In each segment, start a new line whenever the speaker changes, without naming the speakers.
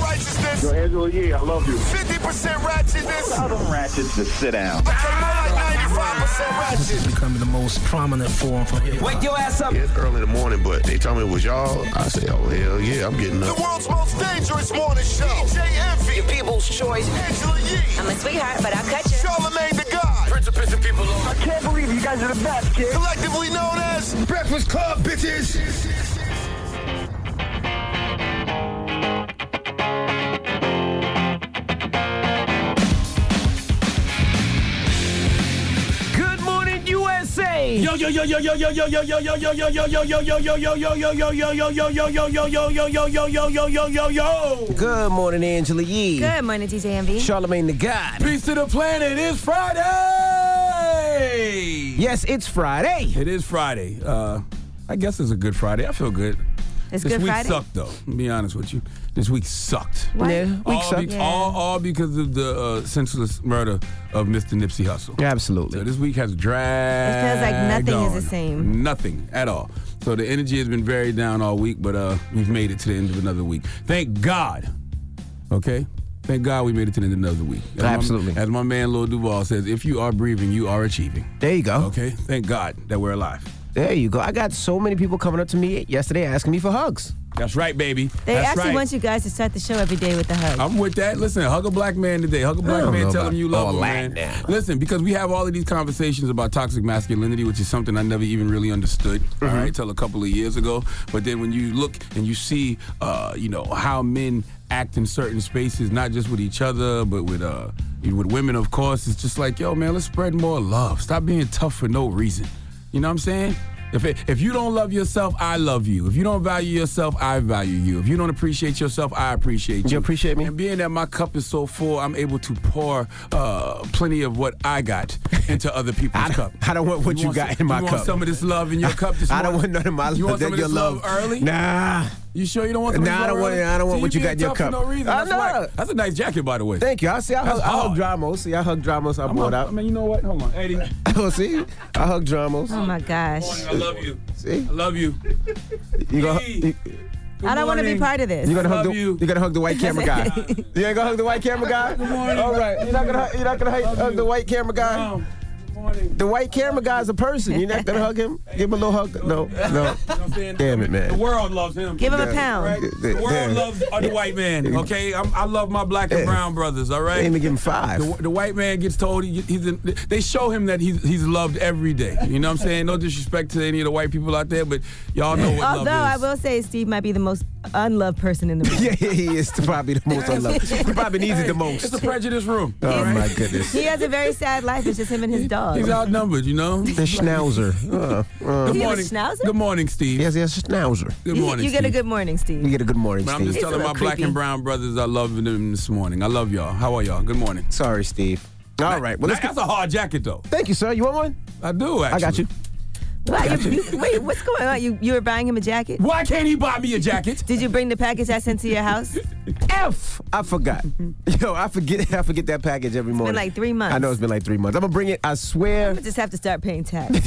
righteousness.
Yo, Angela Yee, I love you.
50% ratchetness.
Tell them ratchets to sit down.
But you're more like 95% ratchet.
becoming the most prominent form for hip hop.
Wake your ass up.
It's early in the morning, but they told me it was y'all. I said, oh, hell yeah, I'm getting
The
up.
world's most dangerous morning show. DJ Envy. Your people's choice. Angela Yee.
I'm a sweetheart, but I'll cut you.
Charlemagne the God. Prince of Prince and People. I can't believe you guys are the best, kid. Collectively known as Breakfast Club, bitches.
Good morning, USA.
Yo yo yo yo yo yo yo yo yo yo yo yo yo yo yo yo yo yo yo yo yo yo yo yo yo yo yo yo yo yo yo yo yo yo yo.
Good morning, Angela Yee.
Good morning, DJ MV.
Charlemagne the God.
Peace to the planet. It's Friday.
Yes, it's Friday.
It is Friday. Uh, I guess it's a good Friday. I feel good.
It's
this
Good
week
Friday.
sucked though. To be honest with you, this week sucked.
What?
Yeah, week
all,
sucked.
be- all, all because of the uh, senseless murder of Mr. Nipsey Hussle. So
Absolutely.
this week has dragged.
It feels like nothing is
on.
the same.
Nothing at all. So the energy has been very down all week, but uh, we've made it to the end of another week. Thank God. Okay. Thank God we made it to the end of another week. As my-
Absolutely.
as my man Lil Duval says, if you are breathing, you are achieving.
There you go.
Okay. Thank God that we're alive.
There you go. I got so many people coming up to me yesterday asking me for hugs.
That's right, baby.
They
That's
actually
right.
want you guys to start the show every day with the hug.
I'm with that. Listen, hug a black man today. Hug a black
don't
man.
know
Tell him
about
you love
all
him, man.
that now.
Listen, because we have all of these conversations about toxic masculinity, which is something I never even really understood. all right, till a couple of years ago. But then when you look and you see, uh, you know, how men act in certain spaces, not just with each other, but with uh, with women, of course. It's just like, yo, man, let's spread more love. Stop being tough for no reason. You know what I'm saying? If, it, if you don't love yourself, I love you. If you don't value yourself, I value you. If you don't appreciate yourself, I appreciate you.
You appreciate me?
And being that my cup is so full, I'm able to pour uh, plenty of what I got into other people's
I don't-
cup.
I don't want what you
want
got
some-
in my
You want
cup.
some of this love in your cup this
I don't want
morning?
none of my
You want
love.
some of
your
this
love
love early?
Nah.
You sure you don't want some
Nah,
of this
I don't
love
want-
early?
I don't want
See,
what you
being
got in your
tough for
cup.
No reason.
I
That's,
know.
whack. That's a nice jacket, by the way.
Thank you. I see. I hug,
That's
I hug
hard.
Dramos. See, I hug Dramos. I
I'm
bought
on,
out.
I mean, you know what? Hold on, Eddie.
Oh, see, I hug Dramos.
Oh my gosh.
I love you.
See,
I love you.
you gonna
Hey.
you,
I don't want to be
morning.
part of this.
you gonna hug
Love
the
you.
you. gonna hug the white camera guy. you ain't gonna hug the white camera guy.
morning.
All right, you're not gonna hug- you're not gonna hug, hug the white camera guy.
Um, good morning.
The white camera guy's a person. You're not gonna hug him. Give him a little hug. No, no.
You know what I'm saying?
Damn it, man.
The world loves him.
Give him a
Yeah.
pound.
Right? The world
Damn.
loves uh, the white man, okay? I'm, I love my black and
Yeah.
brown brothers, all
They ain't
right?
even give him five.
The, the white man gets told he, he's in, they show him that he's, he's loved every day. You know what I'm saying? No disrespect to any of the white people out there, but y'all know what
Although
love
I
is.
will say Steve might be the most unloved person in the room.
Yeah, he is probably the most unloved. He probably needs it the most.
It's a prejudice room.
Oh my goodness.
He has a very sad life. It's just him and his dog.
He's outnumbered, you know?
The schnauzer. Uh, uh.
Good
He was
morning.
schnauzer?
Good morning, Steve.
Yes, yes, schnauzer.
Good
You-
morning.
you get a
Steve.
good morning,
You
Steve.
get a good morning,
But I'm
Steve.
just
He's a
telling my
little
black
creepy.
and brown brothers I love them this morning. I love y'all. How are y'all? Good morning.
Sorry, Steve. All right. Well, let's
That's
get.
a hard jacket, though.
Thank you, sir. You want one?
I do, actually.
I got you.
What, you, you, wait, what's going on? You you were buying him a jacket?
Why can't he buy me a jacket?
Did you bring the package I sent to your house?
F. I forgot. Yo, I forget. I forget that package every morning.
like three months.
I know it's been like three months. I'm gonna bring it. I swear.
I just have to start paying tax.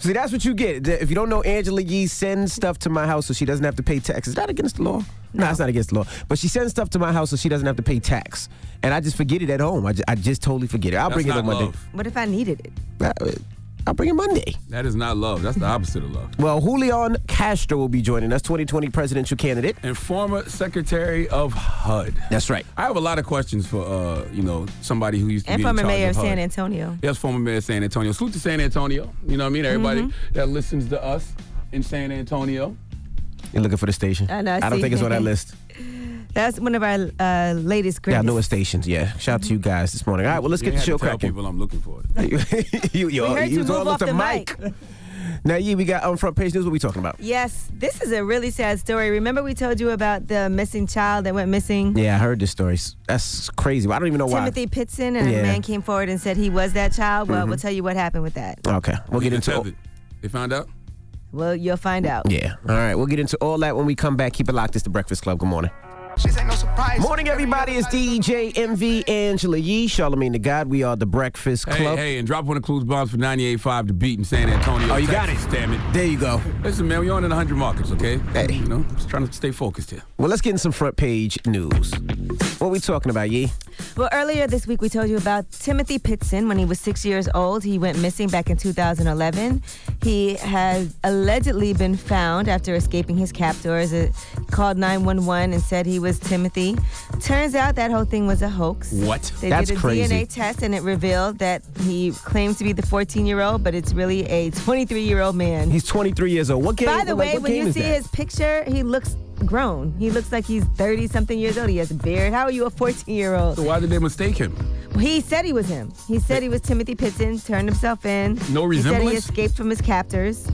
See, that's what you get. That- If you don't know, Angela Yee sends stuff to my house so she doesn't have to pay tax. Is that against the law? No, it's not against the law. But she sends stuff to my house so she doesn't have to pay tax. And I just forget it at home. I just, I just totally forget it. I'll bring it
That's
on
not
Monday.
love.
What if I needed it?
Uh, I'll bring it Monday.
That is not love. That's the opposite of love.
Well, Julian Castro will be joining us, 2020 presidential candidate.
And former Secretary of HUD.
That's right.
I have a lot of questions for, uh, you know, somebody who used to
And
be in
former
charge
mayor of
HUD.
San Antonio.
Yes, former mayor of San Antonio. Salute to San Antonio. You know what I mean? Everybody
Mm-hmm.
that listens to us in San Antonio.
You're looking for the station.
I know, I
I don't
see.
think it's on that list.
That's one of our uh, latest
Yeah, I
greatest.
know it's stations. Yeah. Shout out to you guys this morning. All right, well, let's
You
get the
ain't
show
have to tell
cracking.
people I'm looking for it.
you, you, you,
We heard you
was all
move
up
off the mic.
Now, yeah, we got on front page news. What we talking about?
Yes, this is a really sad story. Remember we told you about the missing child that went
Mm-hmm.
missing?
Yeah, I heard this story. S- That's crazy. I don't even know
Timothy Pitson and
Yeah. Mm-hmm.
a man came forward and said he was that child. Well, we'll tell you what happened with that.
why. Okay, we'll get
They
into. Oh.
tethered. They found out?
Well, you'll find out.
yeah, all right, we'll get into all that when we come back. Keep it locked. It's the Breakfast Club. Good morning. Morning, everybody. It's DJ MV Angela Yee, Charlemagne the God. We are the Breakfast
Hey,
Club.
hey, and drop one of Clues Bombs for 98.5 to beat in San Antonio.
Oh, you got
Texas, Damn it.
There you go.
Listen, man, we're on in 100 markets, okay? Hey. You know, just trying to stay focused here.
Well, let's get in some front page news. What we talking about, Yee?
Well, earlier this week we told you about Timothy Pitson when he was six years old. He went missing back in 2011. He has allegedly been found after escaping his captors. It called 911 and said he was Timothy. Turns out that whole thing was a hoax.
What?
They
That's
did a
crazy.
DNA test and it revealed that he claimed to be the 14-year-old, but it's really a 23-year-old man.
He's 23 years old. What game?
By the
like,
way,
what
when
game
you
is
see
that?
his picture, he looks grown. He looks like he's 30 something years old. He has a beard. How are you a 14 year
So
old?
why did they mistake him?
He said he was him. He said he was Timothy Pitson, turned himself in.
No
He said he
resemblance?
escaped from his captors.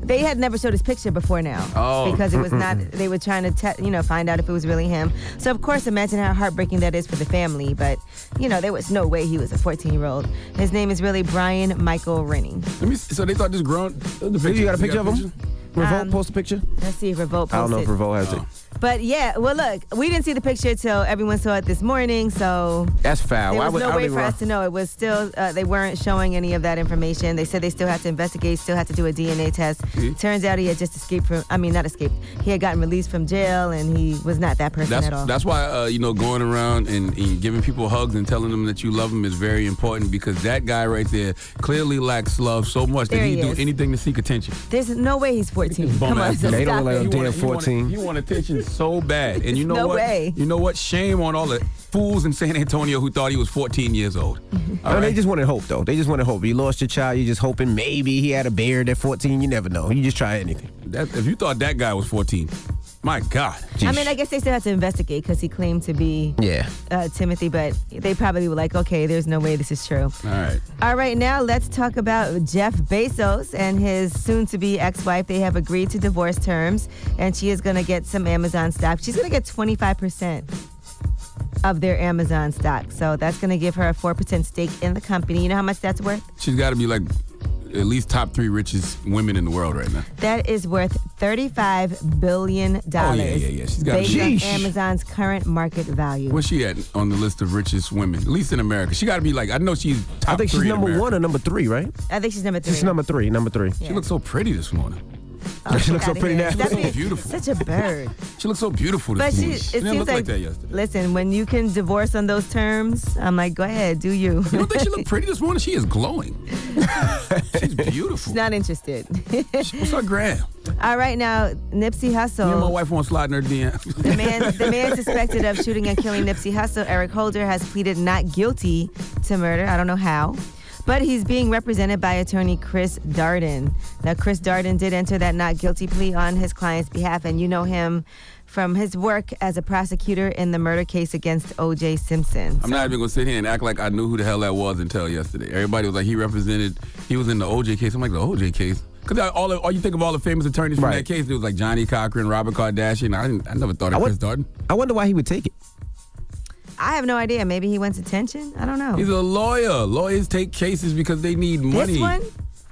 They had never showed his picture before now.
Oh.
Because it was not, they were trying to, te- you know, find out if it was really him. So, of course, imagine how heartbreaking that is for the family. But, you know, there was no way he was a 14 year old. His name is really Brian Michael Rennie.
Let me. see- So they thought this grown. uh, The
You got a picture of him? Revolt
Um,
post a picture?
Let's see if Revolt posted.
I don't know if Revolt
Oh.
has it.
But yeah, well, look, we didn't see the picture till everyone saw it this morning, so
That's foul.
there
I
was
would- I
no
would
way
even
for
run-
us to know. It was still uh, they weren't showing any of that information. They said they still had to investigate, still had to do a DNA test.
Mm-hmm.
Turns out he had just escaped from. I mean, not escaped. He had gotten released from jail, and he was not that person
That's
at all.
that's why uh, you know going around and, and giving people hugs and telling them that you love them is very important because that guy right there clearly lacks love so much
There
that
he
he'd
is.
do anything to seek attention.
There's no way he's 14.
Bum
Come on,
ass.
so
They don't
stop
look like
it.
a damn
he want-
14.
He want attention so bad, and you know
No
what?
way.
You know what? Shame on all the fools in San Antonio who thought he was 14 years old. All
No,
right?
They just wanted hope, though. They just wanted hope. You lost your child. You're just hoping maybe he had a beard at 14. You never know. You just try anything.
That- if you thought that guy was 14, my God.
I mean, I guess they still had to investigate because he claimed to be
Yeah.
uh, Timothy, but they probably were like, okay, there's no way this is true.
All right.
All right, now let's talk about Jeff Bezos and his soon to be ex wife. They have agreed to divorce terms, and she is going to get some Amazon stock. She's going to get 25% of their Amazon stock. So that's going to give her a 4% stake in the company. You know how much that's worth?
She's got to be like at least top three richest women in the world right now.
That is worth $35 billion.
Oh, yeah, yeah, yeah. She's gotta
Based
be-
on
Sheesh.
Amazon's current market value.
Where's she at on the list of richest women? At least in America. She got to be like, I know she's top
I think she's
three in
number
America.
one or number three, right?
I think she's number three.
She's number three. Number three.
She looks so pretty this morning.
Oh,
she looks so
outta
pretty
here.
now.
She's
She looks so
definitely-
beautiful.
Such a bird.
She looks so beautiful this
But she,
morning.
it
didn't
seems
look
like,
like, that yesterday.
listen, when you can divorce on those terms, I'm like, go ahead, do you?
You don't think she looked pretty this morning? She is glowing. she's beautiful.
She's not interested.
What's her gram?
All right, now Nipsey
Me and my
Hussle,
wife won't slide in her DM.
the man, the man suspected of shooting and killing Nipsey Hussle, Eric Holder, has pleaded not guilty to murder. I don't know how. But he's being represented by attorney Chris Darden. Now, Chris Darden did enter that not guilty plea on his client's behalf, and you know him from his work as a prosecutor in the murder case against O.J. Simpson.
I'm not even gonna sit here and act like I knew who the hell that was until yesterday. Everybody was like, he represented, he was in the OJ case. I'm like, the OJ case? Because all, all you think of all the famous attorneys from
Right.
that case, it was like Johnny Cochran, Robert Kardashian. I, didn't, I never thought
I
of
won-
Chris Darden.
I wonder why he would take it.
I have no idea. Maybe he went to detention. I
Oh.
don't know.
He's a lawyer. Lawyers take cases because they need money.
one?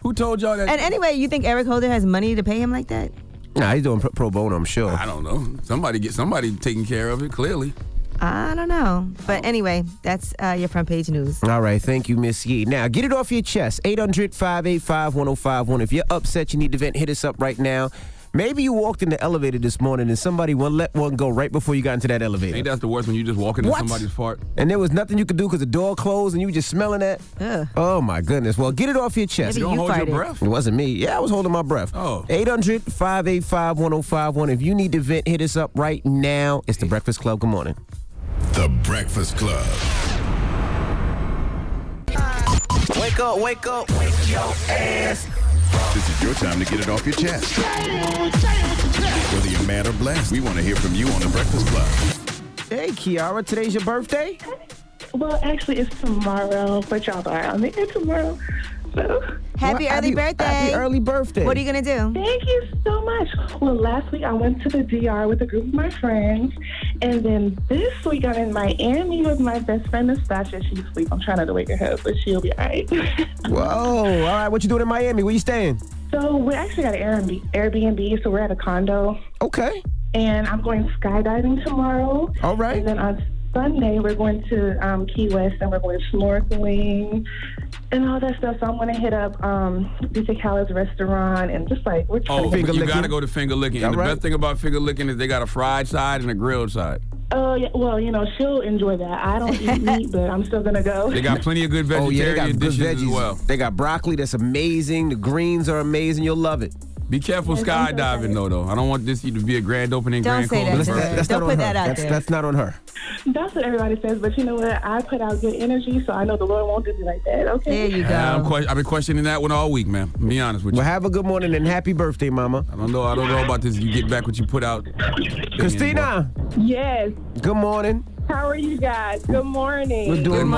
Who told y'all that?
and anyway, you think Eric Holder has money to pay him like that?
Nah, he's doing pro, pro bono, I'm sure.
I don't know. Somebody get somebody taking care of it. Clearly,
I don't know. But anyway, that's uh, your front page news.
All right, thank you, Miss Yee. Now, get it off your chest. 800 585 1051. If you're upset, you need to vent, hit us up right now. Maybe you walked in the elevator this morning and somebody one let one go right before you got into that elevator.
ain't that the worst when you just walk into
What?
somebody's fart?
And there was nothing you could do because the door closed and you were just smelling that.
Ugh.
Oh, my goodness. Well, get it off your chest.
Maybe
You don't
You
hold your
farted.
breath.
It wasn't me. Yeah, I was holding my breath.
Oh.
800 585 1051. If you need to vent, hit us up right now. It's The Breakfast Club. Good morning.
The Breakfast Club.
Wake up, wake up.
This is your time to get it off your chest. Whether you're mad or blessed, we want to hear from you on The Breakfast Club.
Hey, Kiara, today's your birthday?
Well, actually, it's tomorrow, but y'all are on the air tomorrow. So,
Happy
Well,
early birthday.
Happy early birthday.
What are you going to do?
thank you so much. Well, last week I went to the DR with a group of my friends, and then this week I'm in Miami with my best friend Nastasia. She's asleep. I'm trying not to wake her up, but she'll be all right.
Whoa. All right, what you doing in Miami? Where you staying?
so, we actually got an Airbnb, Airbnb, so we're at a condo.
Okay.
and I'm going skydiving tomorrow.
All right.
And then on Sunday, we're going to um, Key West and we're going snorkeling and all that stuff. So I'm going to hit up um, DJ Khaled's restaurant and just like, we're trying
Oh,
to
but you gotta go to finger licking. And the
Alright.
best thing about finger licking is they got a fried side and a grilled side.
Oh, yeah, well, you know, she'll enjoy that. I don't eat meat, but I'm still going to go.
They got plenty of good
Oh, yeah, they
vegetarian
got good
dishes as
veggies.
well.
They got broccoli that's amazing. The greens are amazing. You'll love it.
Be careful skydiving though, though. I don't want this to be a grand opening, grand closing.
Listen,
birthday.
that's not on her. that's, That's not on her.
That's what everybody says, but you know what? I put out good energy, so I know the Lord won't do me like that. Okay. There
I'm que- I've been questioning that one all week, man. Be honest with you.
Well, have a good morning and happy birthday, Mama.
I don't know. I don't know about this. You get back what you put out.
Christina.
Yes.
Good morning.
How are you guys? Good morning.
We're doing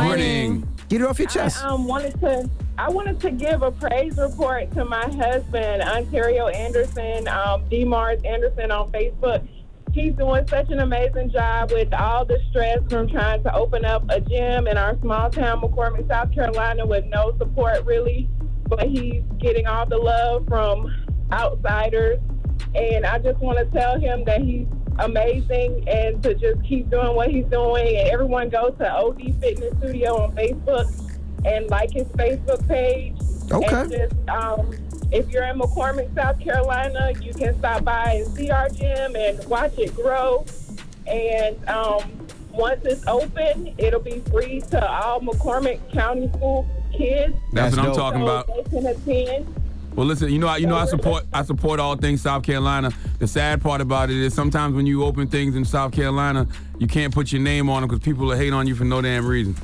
Get it off your chest.
I um, wanted to I wanted to give a praise report to my husband, Ontario Anderson, um, D. Mars Anderson on Facebook. He's doing such an amazing job with all the stress from trying to open up a gym in our small town, McCormick, South Carolina, with no support really. But he's getting all the love from outsiders. And I just want to tell him that he's amazing and to just keep doing what he's doing. And everyone go to OD Fitness Studio on Facebook and like his Facebook page. And
Okay.
just, um, if you're in McCormick, South Carolina, you can stop by and see our gym and watch it grow. And um, once it's open, it'll be free to all McCormick County School kids.
That's That's what I'm dope. talking
So
about.
They can attend.
Well, listen, you know, I, you know, I support, I support all things South Carolina. The sad part about it is sometimes when you open things in South Carolina, you can't put your name on them because people will hate on you for no damn reason.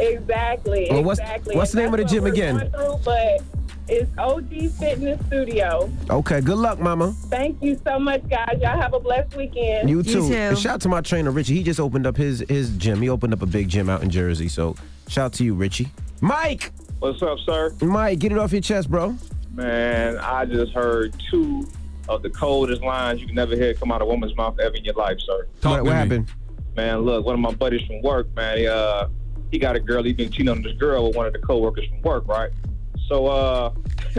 Exactly.
Well, what's-
exactly.
what's the
And
name of
that's
the
what
gym
we're
again?
going through, but it's OG Fitness Studio.
Okay, good luck, Mama.
Thank you so much, guys. Y'all have a blessed weekend.
You too. And shout out to my trainer, Richie. He just opened up his his gym. He opened up a big gym out in Jersey. So shout out to you, Richie. Mike!
What's up, sir?
Mike, get it off your chest, bro.
Man, I just heard two of the coldest lines you can never hear come out of a woman's mouth ever in your life, sir.
What, what happened?
Man, look, one of my buddies from work, man, he, uh, he got a girl. He been cheating on this girl with one of the coworkers from work, right? So, uh,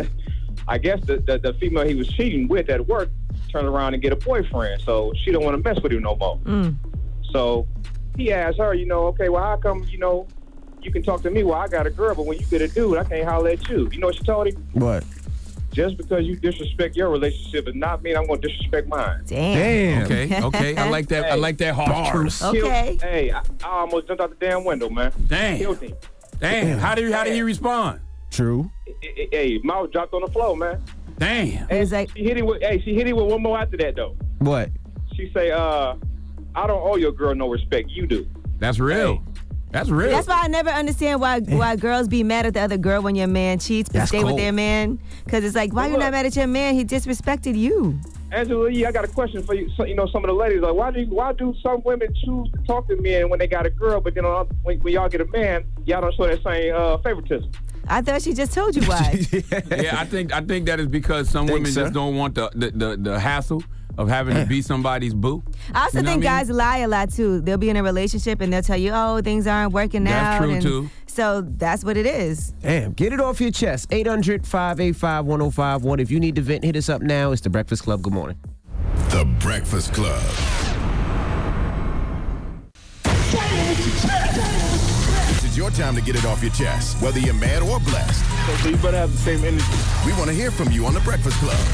I guess the, the the female he was cheating with at work turned around and get a boyfriend. So she don't want to mess with him no more. So he asked her, you know, okay, well, how come, you know, you can talk to me? Well, I got a girl, but when you get a dude, I can't holler at you. You know what she told him?
What?
Just because you disrespect your relationship does not mean I'm going to disrespect mine.
Damn. Damn. Okay, okay. I like that- I like that hard truth. Okay.
Hey, I, I almost jumped out the damn window, man.
Damn.
Killed him.
Damn. How do you, how do you respond?
True.
Hey, hey, mouth dropped on the floor, man.
Damn.
And she hit him with, hey, she hit him with one more after that though.
What?
She say, uh, I don't owe your girl no respect. You do.
That's real. That's real.
That's why I never understand why why girls be mad at the other girl when your man cheats but
That's
stay with
cold.
their man. Cause it's like, why you not mad at your man? He disrespected you.
Angela Yee, I got a question for you. So, you know, some of the ladies like, why do you, why do some women choose to talk to men when they got a girl, but then on, when, when y'all get a man, y'all don't show that same uh, favoritism?
I thought she just told you why.
yeah, I think I think that is because some women just don't want the the, the, the hassle of having to be somebody's boo.
I also
You know
think
what I mean?
guys lie a lot too. They'll be in a relationship and they'll tell you, "Oh, things aren't working
That's
out."
true,
and
too.
So that's what it is.
Damn, get it off your chest. 800 585 1051. If you need to vent, hit us up now. It's the Breakfast Club. Good morning.
The Breakfast Club. This is your time to get it off your chest, whether you're mad or blessed. So you better have the same energy. We want to hear from you on The Breakfast Club.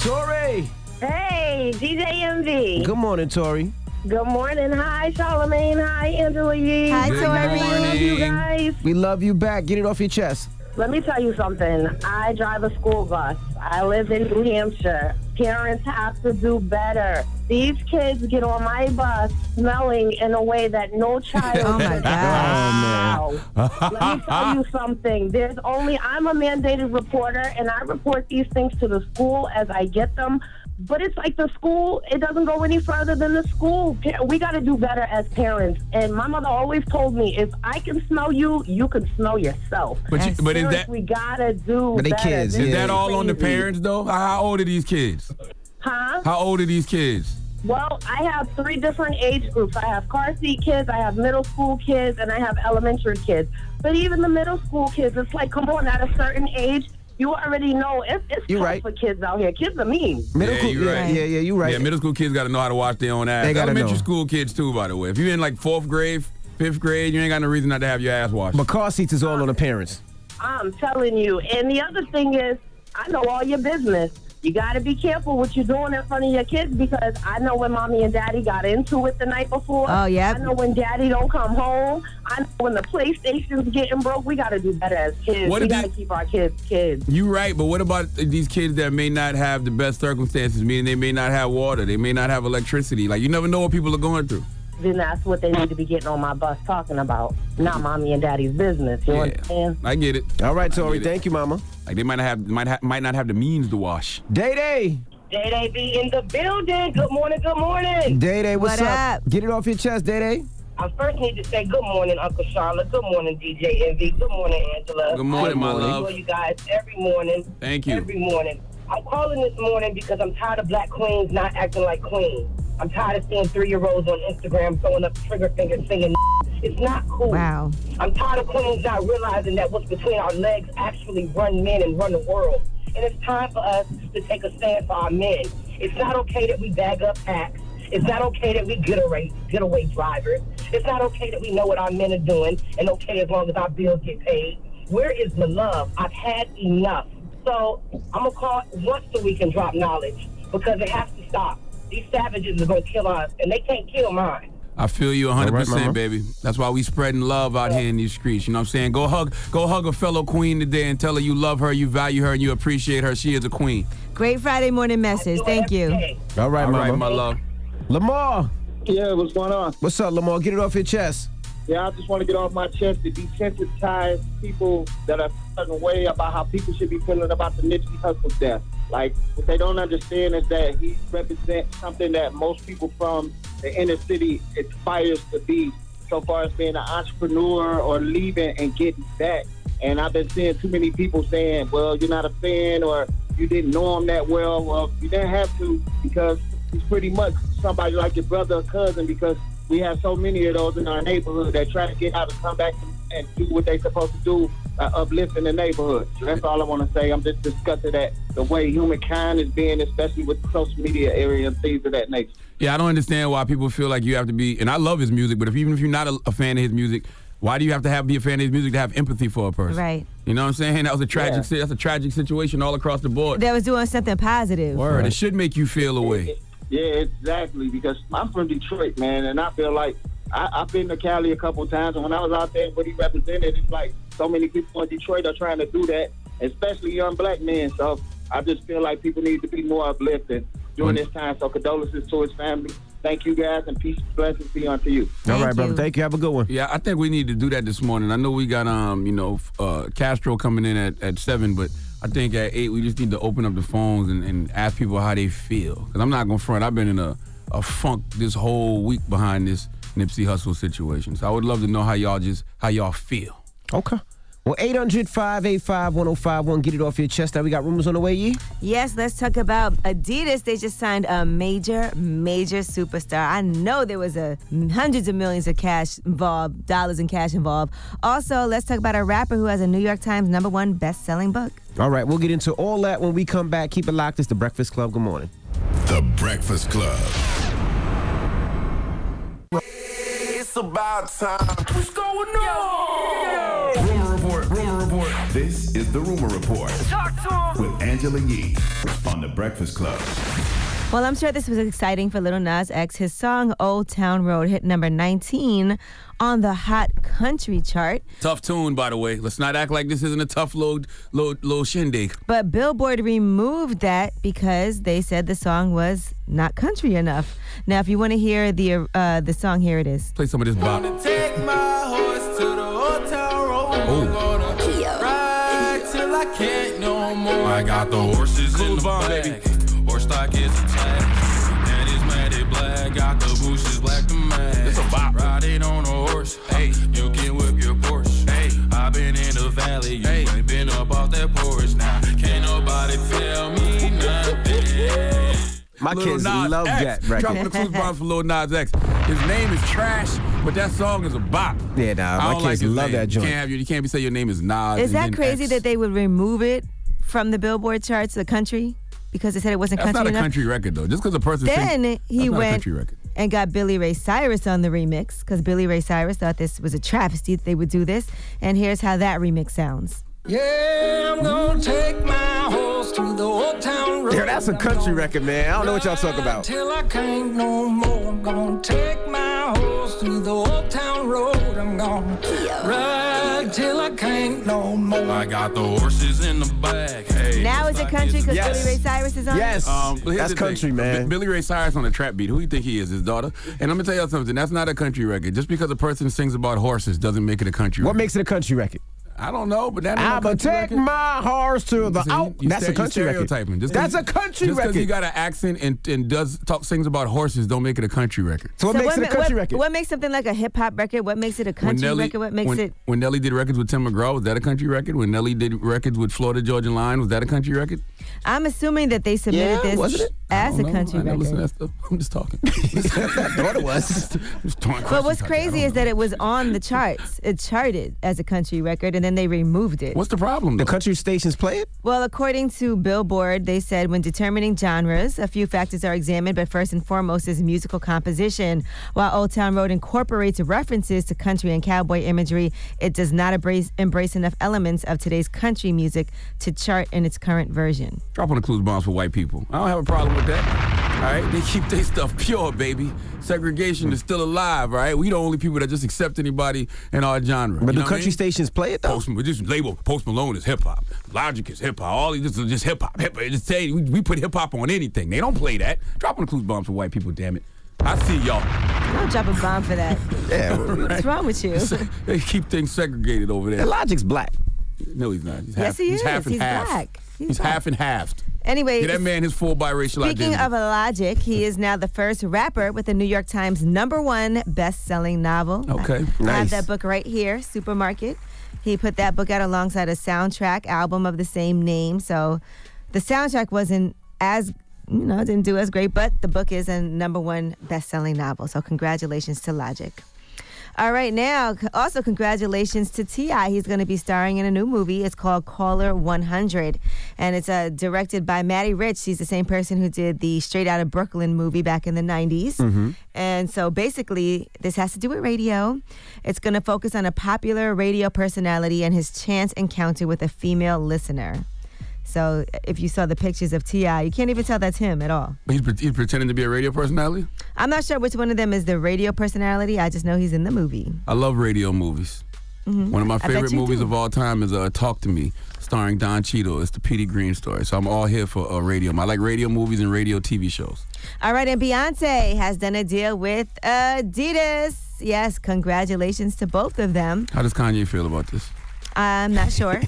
Tori!
Hey, DJ MV.
Good morning, Tori.
Good morning. Hi, Charlemagne. Hi, Angela Yee. Hi,
Good Tori.
I love you
morning.
guys.
We love you back. Get it off your chest.
Let me tell you something. I drive a school bus. I live in New Hampshire. Parents have to do better. These kids get on my bus smelling in a way that no child
Oh, my
should
God.
smell. Let me tell you something. There's only I'm a mandated reporter, and I report these things to the school as I get them. But it's like the school; it doesn't go any further than the school. Pa- We got to do better as parents. And my mother always told me, if I can smell you, you can smell yourself.
But you-
As
but is
parents,
that-
we gotta do better. This
Is that
is
all on the
crazy.
parents though? How- How old are these kids?
Huh?
How old are these kids?
Well, I have three different age groups. I have car seat kids, I have middle school kids, and I have elementary kids. But even the middle school kids, it's like, come on, at a certain age, you already know it's, it's tough for kids out here. Kids are mean.
yeah, you right.
yeah, yeah, you right.
Yeah, middle school kids got to know how to wash their own ass.
They gotta
Elementary
know.
school kids too, by the way. If you're in like fourth grade, fifth grade, you ain't got no reason not to have your ass washed.
But car seats is all on the parents.
I'm telling you. And the other thing is, I know all your business. You got to be careful what you're doing in front of your kids because I know when mommy and daddy got into it the night before.
Oh, yeah.
I know when daddy don't come home. I know when the PlayStation's getting broke. We got to do better as kids.
What
we
if
got to keep our kids kids.
You right, but what about these kids that may not have the best circumstances? Meaning they may not have water, they may not have electricity. Like you never know what people are going through.
Then that's what they need to be getting on my bus talking about, not mommy and daddy's business. You
Yeah.
understand?
I get it.
All right,
Tori,
thank you, Mama.
Like they might not have might ha- might not have the means to wash.
Day Day.
Day Day be in the building. Good morning, good morning.
Day Day, what's up? Get it off your chest, Day Day.
I first need to say good morning, Uncle Charlotte. Good morning, DJ Envy. Good morning, Angela.
Good morning, my
I
love.
enjoy you guys every morning.
Thank you.
Every morning. I'm calling this morning because I'm tired of black queens not acting like queens. I'm tired of seeing three-year-olds on Instagram throwing up trigger fingers singing. It's not cool.
Wow.
I'm tired of queens not realizing that what's between our legs actually run men and run the world. And it's time for us to take a stand for our men. It's not okay that we bag up packs. It's not okay that we get away, get away drivers. It's not okay that we know what our men are doing and okay as long as our bills get paid. Where is the love? I've had enough. So I'm going to call it once a week and drop knowledge because it has to stop. These savages are going to kill us, and they can't kill mine.
I feel you 100%,
All right, Mama.
baby. That's why we spreading love out here in these streets. You know what I'm saying? Go hug go hug a fellow queen today and tell her you love her, you value her, and you appreciate her. She is a queen.
Great Friday morning message. Thank you.
All right,
All
Mama.
right, my love.
Lamar.
Yeah, what's going on?
What's up, Lamar? Get it off your chest.
Yeah, I just want to get off my chest to desensitize people that are a certain way about how people should be feeling about the Nipsey Hussle death. Like, what they don't understand is that he represents something that most people from the inner city aspires to be, so far as being an entrepreneur or leaving and getting back. And I've been seeing too many people saying, well, you're not a fan or you didn't know him that well. Well, you didn't have to because he's pretty much somebody like your brother or cousin because we have so many of those in our neighborhood that try to get out and come back and do what they're supposed to do, uh, uplifting the neighborhood. So that's all I want to say. I'm just discussing that the way humankind is being, especially with social media area and things of that nature.
Yeah, I don't understand why people feel like you have to be. And I love his music, but if even if you're not a, a fan of his music, why do you have to have be a fan of his music to have empathy for a person?
Right.
You know what I'm saying? That was a tragic.
Yeah.
si- That's a tragic situation all across the board.
That was doing something positive.
Word. It should make you feel away.
Yeah, exactly. Because I'm from Detroit, man, and I feel like I, I've been to Cali a couple times, and when I was out there, what he represented, it's like so many people in Detroit are trying to do that, especially young black men. So I just feel like people need to be more uplifted during
Mm.
this time. So condolences to his family. Thank you guys, and peace, blessings be unto you.
All right, brother. Thank you. Have a good one.
Yeah, I think we need to do that this morning. I know we got um, you know, f- uh, Castro coming in at, at seven, but I think at eight we just need to open up the phones and, and ask people how they feel. Cause I'm not gonna front. I've been in a, a funk this whole week behind this Nipsey Hustle situation. So I would love to know how y'all just how y'all feel.
Okay. Well, 800 585 1051. Get it off your chest. Now we got rumors on the way, ye?
Yes, let's talk about Adidas. They just signed a major, major superstar. I know there was a hundreds of millions of cash involved, dollars in cash involved. Also, let's talk about a rapper who has a New York Times number one best-selling book.
All right, we'll get into all that when we come back. Keep it locked. It's the Breakfast Club. Good morning.
The Breakfast Club.
It's about time. What's going on?
Rumor report. Rumor report. This is the Rumor Report
Talk to
with Angela Yee on The Breakfast Club.
Well, I'm sure this was exciting for Little Nas X. His song "Old Town Road" hit number 19 on the Hot Country chart.
Tough tune, by the way. Let's not act like this isn't a tough load, load, load shindig.
But Billboard removed that because they said the song was not country enough. Now, if you want to hear the uh, the song, here it is.
Play some of this bop.
Take my horse to the hotel room. I'm
Oh.
gonna ride till I can't no more.
I got the horses in the back. Horse stock is attacked. And it's matted black. Got the bushes black to match. It's a bop. Riding on a horse. Hey, you can whip your Porsche. Hey, i been in the valley. You ain't been up off that porch. Now, can't nobody tell me nothing.
My
Lil
kids
Nas
love
X.
that record.
Dropping the clues bombs for Lil Nas X. His name is trash, but that song is a bop.
Yeah, nah,
I
my
don't
kids
like his
love
name.
that joint.
You can't, have, you can't be saying your name is Nas.
Is
and
that
then
crazy
X.
that they would remove it from the Billboard charts, the country, because they said it wasn't
That's
country
not a
enough.
country record though. Just because a person
Then
sings,
he
that's not
went-
a country record.
and got Billy Ray Cyrus on the remix because Billy Ray Cyrus thought this was a travesty that they would do this. And here's how that remix sounds.
Yeah, I'm gonna take my horse to the old town road.
Yeah, that's a country record, man. I don't know what y'all talking about.
Till I can't no more. I'm gonna take my horse through the old town road. I'm gonna ride till I can't no more.
I got the horses in the bag. Hey,
now it's a country because
Yes.
Billy Ray Cyrus is on it.
Um, but here's
That's
the thing.
country, man.
B- Billy Ray Cyrus on a trap beat. Who you think he is? His daughter. And I'm gonna tell y'all something. That's not a country record. Just because a person sings about horses doesn't make it a country.
What makes it a country record?
I don't know, but that. ain't no
I'ma
country
take
record.
my horse to the
See,
out.
you
That's
ste-
a
you
country record.
stereotyping. Just 'cause
That's a
you-
country
just 'cause
record.
you got an accent and, and does talk sings about horses, don't make it a country record.
So ma- what, What makes something like a hip hop record? What makes it a
When
country
Nelly-
record? What makes
when-
it?
When Nelly did records with Tim McGraw, was that a country record? When Nelly did records with Florida Georgia Line, was that a country record?
I'm assuming that they submitted
Yeah,
this
wasn't it? I
as a
don't know.
country
I never listened to that
record.
stuff. I'm just talking. I thought it was.
But what's crazy is that it was on the charts. It charted as a country record, and then they removed it.
What's the problem?
The country stations play it.
Well, according to Billboard, they said when determining genres, a few factors are examined, but first and foremost is musical composition. While Old Town Road incorporates references to country and cowboy imagery, it does not embrace, embrace enough elements of today's country music to chart in its current version.
Dropping the clues bombs for white people. I don't have a problem with that. All right, they keep their stuff pure, baby. Segregation is still alive. All right, we the only people that just accept anybody in our genre.
But
You know
do
what I
country
mean?
stations play it though?
Post, we just label Post Malone as hip hop. Logic is hip hop. All these just, just hip hop. Hip, just say we, we put hip hop on anything. They don't play that. Dropping the clues bombs for white people. Damn it. I see y'all.
Don't drop a bomb for that.
Yeah,
What's wrong with you?
They keep things segregated over there.
And
Logic's black.
No, he's not. He's half,
Yes, he
He's
is.
half and
He's
half.
black.
He's,
He's
half and halfed.
Anyway,
Get that man his full biracial
Speaking
identity.
of a logic, he is now the first rapper with the New York Times number one best-selling novel.
Okay.
I have
Nice.
that book right here, Supermarket. He put that book out alongside a soundtrack album of the same name. So the soundtrack wasn't as you know, it didn't do as great, but the book is a number one best-selling novel. So congratulations to Logic. All right, now, c- also congratulations to T.I. He's going to be starring in a new movie. It's called Caller 100, and it's uh, directed by Maddie Rich. She's the same person who did the Straight Outta Brooklyn movie back in the 90s.
Mm-hmm.
And so basically, this has to do with radio. It's going to focus on a popular radio personality and his chance encounter with a female listener. So if you saw the pictures of T.I., you can't even tell that's him at all.
He's, pre- he's pretending to be a radio personality.
I'm not sure which one of them is the radio personality. I just know he's in the movie.
I love radio movies.
Mhm.
One of my
I bet
favorite
you
movies
do.
of all time is uh, Talk to Me, starring Don Cheadle. It's the Petey Green story. So I'm all here for uh, radio. I like radio movies and radio TV shows.
All right, and Beyonce has done a deal with Adidas. Yes, congratulations to both of them.
How does Kanye feel about this?
I'm not sure.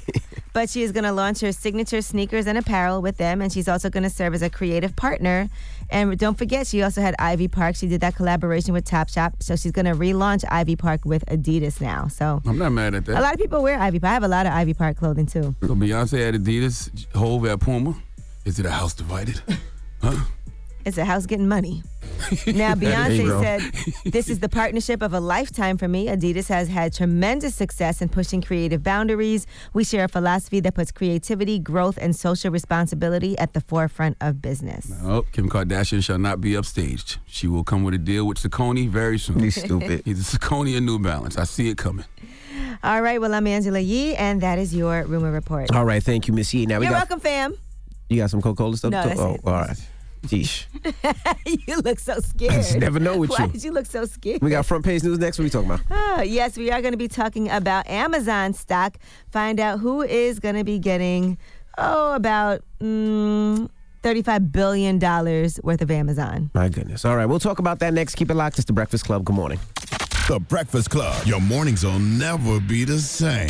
but she is going to launch her signature sneakers and apparel with them, and she's also going to serve as a creative partner. And don't forget, she also had Ivy Park. She did that collaboration with Topshop, so she's going to relaunch Ivy Park with Adidas now. So
I'm not mad at that.
a lot of people wear Ivy Park. I have a lot of Ivy Park clothing too.
So Beyonce at Adidas, Hove at Puma. Is it a house divided?
It's a house getting money. Now,
That is
Beyonce
true.
said, This is the partnership of a lifetime for me. Adidas has had tremendous success in pushing creative boundaries. We share a philosophy that puts creativity, growth, and social responsibility at the forefront of business.
Oh, Kim Kardashian shall not be upstaged. She will come with a deal with Saucony very soon.
You stupid.
Either Saucony or New Balance. I see it coming.
All right, well, I'm Angela Yee, and that is your rumor report.
All right, thank you, Miss E. Now we
You're
got
welcome, fam.
you got some Coca Cola stuff.
No,
too?
that's
oh,
it.
all right. Jeesh.
you look so scared.
just never know with
Why
you.
did you look so scared?
We got front page news next. What are we talking about?
Ah, yes, we are going to be talking about Amazon stock. Find out who is going to be getting, oh, about mm, $35 billion worth of Amazon.
My goodness. All right, we'll talk about that next. Keep it locked. It's the Breakfast Club. Good morning.
The Breakfast Club. Your mornings will never be the same.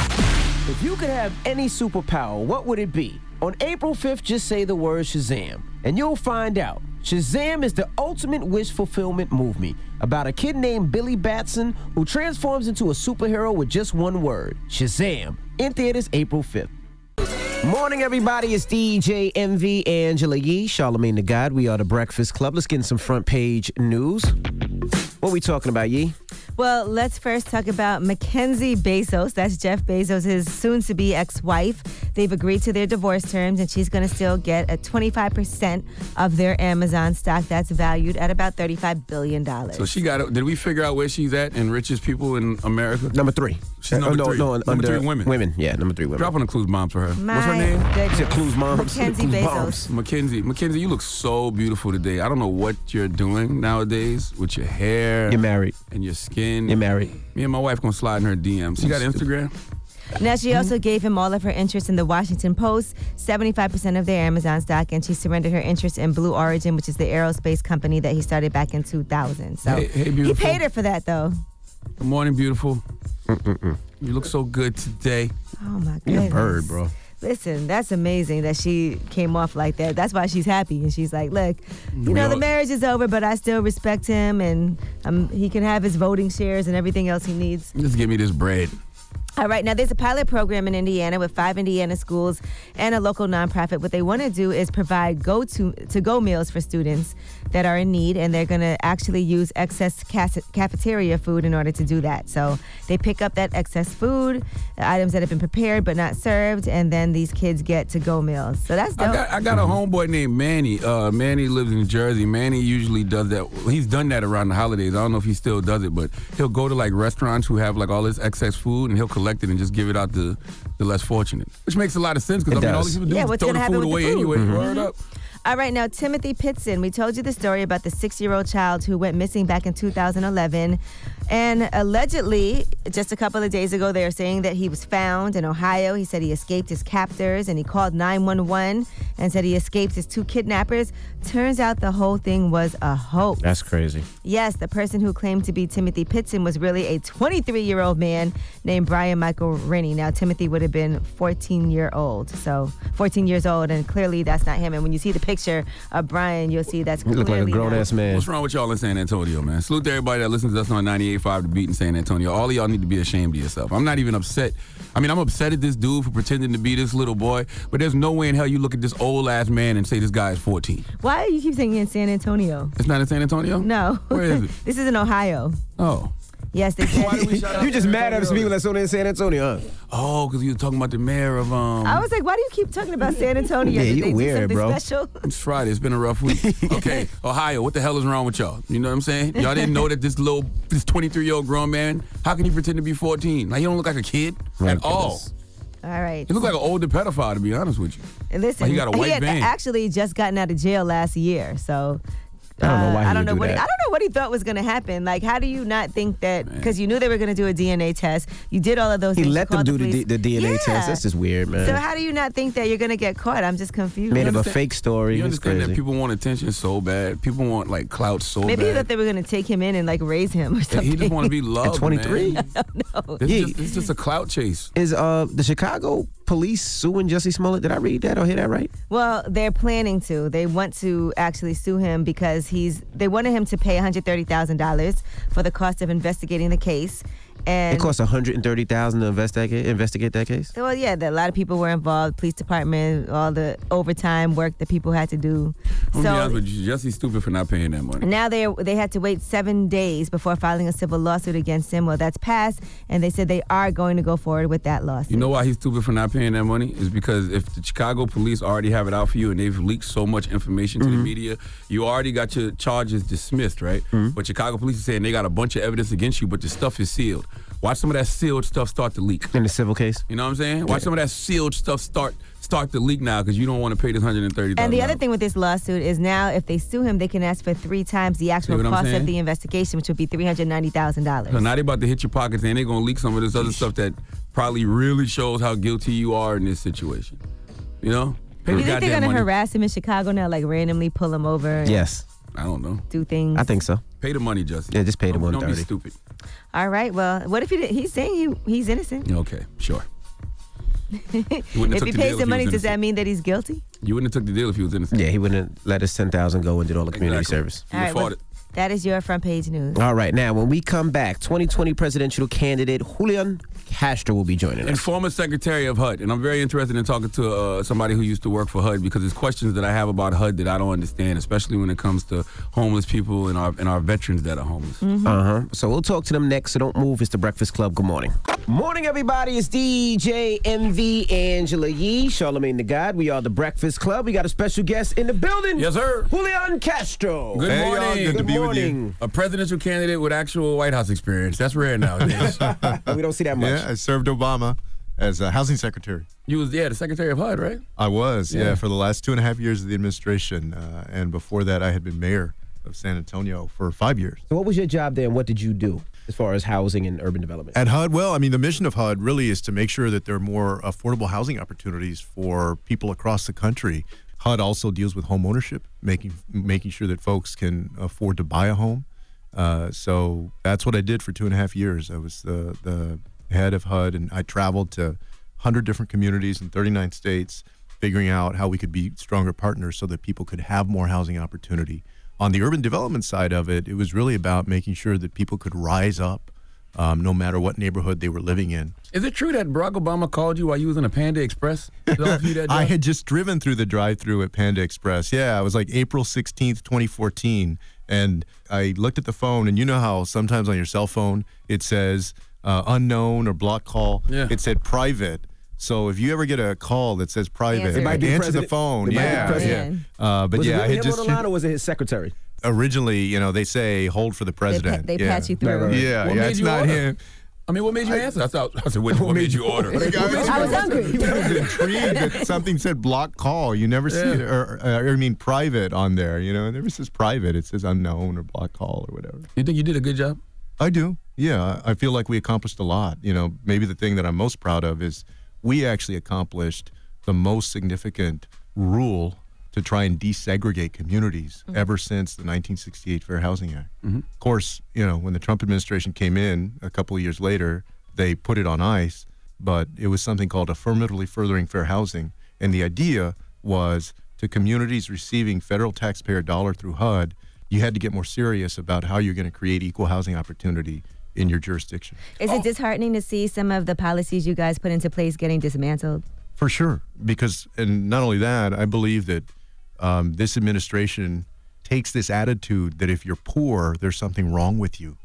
If you could have any superpower, what would it be? On April 5th, just say the word Shazam, and you'll find out. Shazam is the ultimate wish fulfillment movie about a kid named Billy Batson who transforms into a superhero with just one word Shazam. In theaters April 5th. Morning, everybody. It's DJ MV Angela Yee, Charlemagne the God. We are the Breakfast Club. Let's get in some front page news. What we talking about, Yee?
Well, let's first talk about Mackenzie Bezos. That's Jeff Bezos, his soon to be ex wife. They've agreed to their divorce terms, and she's going to still get a 25% of their Amazon stock that's valued at about $35 billion.
So she got. Did we figure out where she's at in richest people in America?
Number three.
She's
Uh,
number
no,
three.
no,
number
under-
three women.
Women, yeah, number three women.
Drop on the clues moms for her. What's her
My
name?
goodness.
She's a Clues moms.
Mackenzie Clues Bezos. moms.
Mackenzie. Mackenzie, you look so beautiful today. I don't know what you're doing nowadays with your hair. You're
married.
And your skin. You're married. Me and my wife gonna slide in her DMs. She got Instagram.
Now, she
Hmm?
also gave him all of her interest in the Washington Post, 75% of their Amazon stock, and she surrendered her interest in Blue Origin, which is the aerospace company that he started back in 2000. So
Hey- hey,
he
beautiful.
paid her for that, though.
Good morning, beautiful. You look so good today.
Oh, my
You're
goodness.
a bird, bro.
Listen, that's amazing that she came off like that. That's why she's happy, and she's like, "Look, you
We
know
all-
the marriage is over, but I still respect him, and um, he can have his voting shares and everything else he needs."
Just give me this bread.
All right, now there's a pilot program in Indiana with five Indiana schools and a local nonprofit. What they want to do is provide go to to go meals for students that are in need, and they're going to actually use excess cas- cafeteria food in order to do that. So they pick up that excess food, items that have been prepared but not served, and then these kids get to go meals. So that's dope.
I got, I got a homeboy named Manny. Uh, Manny lives in Jersey. Manny usually does that. He's done that around the holidays. I don't know if he still does it, but he'll go to like restaurants who have like all this excess food and he'll collect it and just give it out to the less fortunate, which makes a lot of sense because I mean, all these people do
Yeah,
is
what's
throw
gonna
the
happen
food
with the
away
food?
anyway.
Mhm.
Word up.
All right, now Timothy Pitson. We told you the story about the six-year-old child who went missing back in 2011, and allegedly, just a couple of days ago, they were saying that he was found in Ohio. He said he escaped his captors, and he called 911 and said he escaped his two kidnappers. Turns out the whole thing was a hoax.
That's crazy.
Yes, the person who claimed to be Timothy Pitson was really a 23 year old man named Brian Michael Rennie. Now, Timothy would have been 14 year old, so 14 years old, and clearly that's not him. And when you see the picture of Brian, you'll see that's clearly not-
What's wrong with y'all in San Antonio, man? Salute to everybody that listens to us on 98.5 The Beat in San Antonio. All of y'all need to be ashamed of yourself. I'm not even upset. I mean, I'm upset at this dude for pretending to be this little boy, but there's no way in hell you look at this old ass man and say this guy is 14.
Why do you keep saying in San Antonio?
It's not in San Antonio?
No.
Where is it?
this is in Ohio.
Oh.
Yes, they said.
you just mad at us people that's only in San Antonio, huh?
Oh, because you were talking about the mayor of um.
I was like, why do you keep talking about San Antonio? Did they do something Special?
It's Friday. It's been a rough week. Okay, Ohio, what the hell is wrong with y'all? You know what I'm saying? Y'all didn't know that this little, this 23 year old grown man. How can he pretend to be 14? Like he don't look like a kid
My
at all.
All right.
He look like an older pedophile, to be honest with you.
And Listen,
Like, he got a white
had
van.
actually just gotten out of jail last year, so.
I
uh,
don't know why he
I don't
would
know
do
what
that.
He, I don't know what he thought was going to happen. Like, how do you not think that? Because you knew they were going to do a DNA test. You did all of those.
He
things. You
let them
called
do
police.
the, the DNA
Yeah.
test. That's just weird, man.
So how do you not think that you're going to get caught? I'm just confused.
Made up a fake story.
You
It's
understand that
crazy.
people want attention so bad. People want like clout so
Maybe he
bad.
thought they were going to take him in and like raise him or
And
something.
he just want to be loved.
At 23?
man. This is just, it's just a clout chase.
Is uh the Chicago police suing Jesse Smollett? Did I read that or hear that right?
Well, they're planning to. They want to actually sue him because he's. They wanted him to pay $130,000 for the cost of investigating the case. And
it cost 130000 to investigate investigate that case?
Well, yeah, that a lot of people were involved. Police department, all the overtime work that people had to do.
I'm gonna be honest
So
with you, Jesse's stupid for not paying that money.
now they they had to wait seven days before filing a civil lawsuit against him. Well, that's passed, and they said they are going to go forward with that lawsuit.
You know why he's stupid for not paying that money? Is because if the Chicago police already have it out for you and they've leaked so much information to the
Mm-hmm.
Mhm.
media, you already got your charges dismissed, right?
Mm-hmm.
But Chicago police is saying they got a bunch of evidence against you, but the stuff is sealed. Watch some of that sealed stuff start to leak.
In the civil case?
You know what I'm saying? Watch some of that sealed stuff start start to leak now because you don't want to pay this 130.
And the other thing with this lawsuit is now, if they sue him, they can ask for three times the actual
what I'm
cost
saying?
of the investigation, which would be three hundred ninety thousand dollars.
So now they about to hit your pockets and they're gonna leak some of this other stuff that probably really shows how guilty you are in this situation. You know? Pay
You
the
think they're
goddamn
gonna
money.
harass him in Chicago now, like randomly pull him over? and
Yes.
I don't know.
Do things.
I think so.
Pay the money, Justin.
Yeah, just pay the
Don't- Don't be
130.
stupid.
All right. Well, what if he did, he's saying he he's innocent?
Okay, sure. wouldn't have
if
took the deal
he pays the
if he
money,
was
does that mean that he's guilty?
You wouldn't have took the deal if he was innocent.
Yeah, he wouldn't have let his 10000 go and did all the community service.
All right, well, that is your front page news.
All right, now when we come back, 2020 presidential candidate Julian Hashter will be joining us.
And former secretary of HUD, and I'm very interested in talking to uh, somebody who used to work for HUD because there's questions that I have about HUD that I don't understand, especially when it comes to homeless people and our and our veterans that are homeless.
Uh huh. So we'll talk to them next. So don't move. It's the Breakfast Club. Good morning. Morning, everybody. It's DJ MV Angela Yee, Charlemagne the God. We are the Breakfast Club. We got a special guest in the building.
Yes, sir.
Julian Castro.
Good
Hey, y'all.
morning.
Good, morning.
A presidential candidate with actual White House experience. That's rare nowadays.
we don't see that
much. Yeah, I served Obama as a housing secretary.
you was yeah the secretary of HUD, right?
I was, yeah,
Yeah.
for the last two and a half years of the administration. Uh, and before that, I had been mayor of San Antonio for five years.
So what was your job there, and what did you do as far as housing and urban development?
At HUD, well, I mean, the mission of HUD really is to make sure that there are more affordable housing opportunities for people across the country. HUD also deals with home ownership, making making sure that folks can afford to buy a home. Uh, so that's what I did for two and a half years. I was the the head of HUD, and I traveled to 100 different communities in 39 states, figuring out how we could be stronger partners so that people could have more housing opportunity. On the urban development side of it, it was really about making sure that people could rise up um, no matter what neighborhood they were living in.
Is it true that Barack Obama called you while you was in a Panda Express? Did all of you that
I
job?
had just driven through the drive-through at Panda Express. Yeah, it was like April 16th, 2014, and I looked at the phone and you know how sometimes on your cell phone it says uh, unknown or block call.
Yeah.
It said private. So if you ever get a call that says private,
Answer it. It might be
answer the
president-
phone.
it might be
yeah, yeah.
president.
Uh, but
was
yeah, I
it really
had
him
just
on the line, or was it his secretary?
originally, you know, they say hold for the president.
they
yeah.
pat you through. Right, right, right.
Yeah,
What
yeah,
made
it's
you
not
order?
him.
I mean, what made you answer? I thought I said, what, what made you order?
I was
hungry.
intrigued that something said block call. You never see it, or, or I mean, private on there. You know, it never says private. It says unknown or block call or whatever.
You think you did a good job?
I do. Yeah, I I feel like we accomplished a lot. You know, maybe the thing that I'm most proud of is we actually accomplished the most significant rule to try and desegregate communities
Mm-hmm.
ever since the 1968 Fair Housing Act. Of course, you know, when the Trump administration came in a couple of years later, they put it on ice, but it was something called affirmatively furthering fair housing. And the idea was to communities receiving federal taxpayer dollar through HUD, you had to get more serious about how you're going to create equal housing opportunity in your jurisdiction.
Is
Oh.
it disheartening to see some of the policies you guys put into place getting dismantled?
For sure, because and not only that, I believe that um, this administration takes this attitude that if you're poor, there's something wrong with you.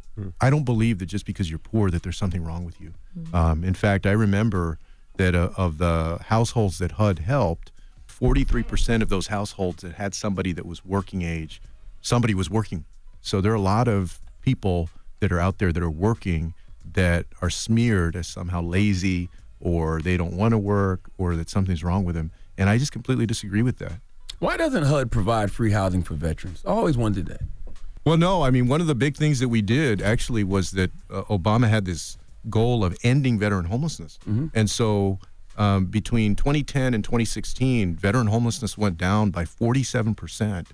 I don't believe that just because you're poor that there's something wrong with you. Um, in fact, I remember that uh, of the households that HUD helped, 43% of those households that had somebody that was working age, somebody was working. So there are a lot of people that are out there that are working that are smeared as somehow lazy or they don't want to work or that something's wrong with them. And I just completely disagree with that.
Why doesn't HUD provide free housing for veterans? I always wondered that.
Well, no, I mean, one of the big things that we did actually was that uh, Obama had this goal of ending veteran homelessness. And so um, between 2010 and 2016, veteran homelessness went down by 47%.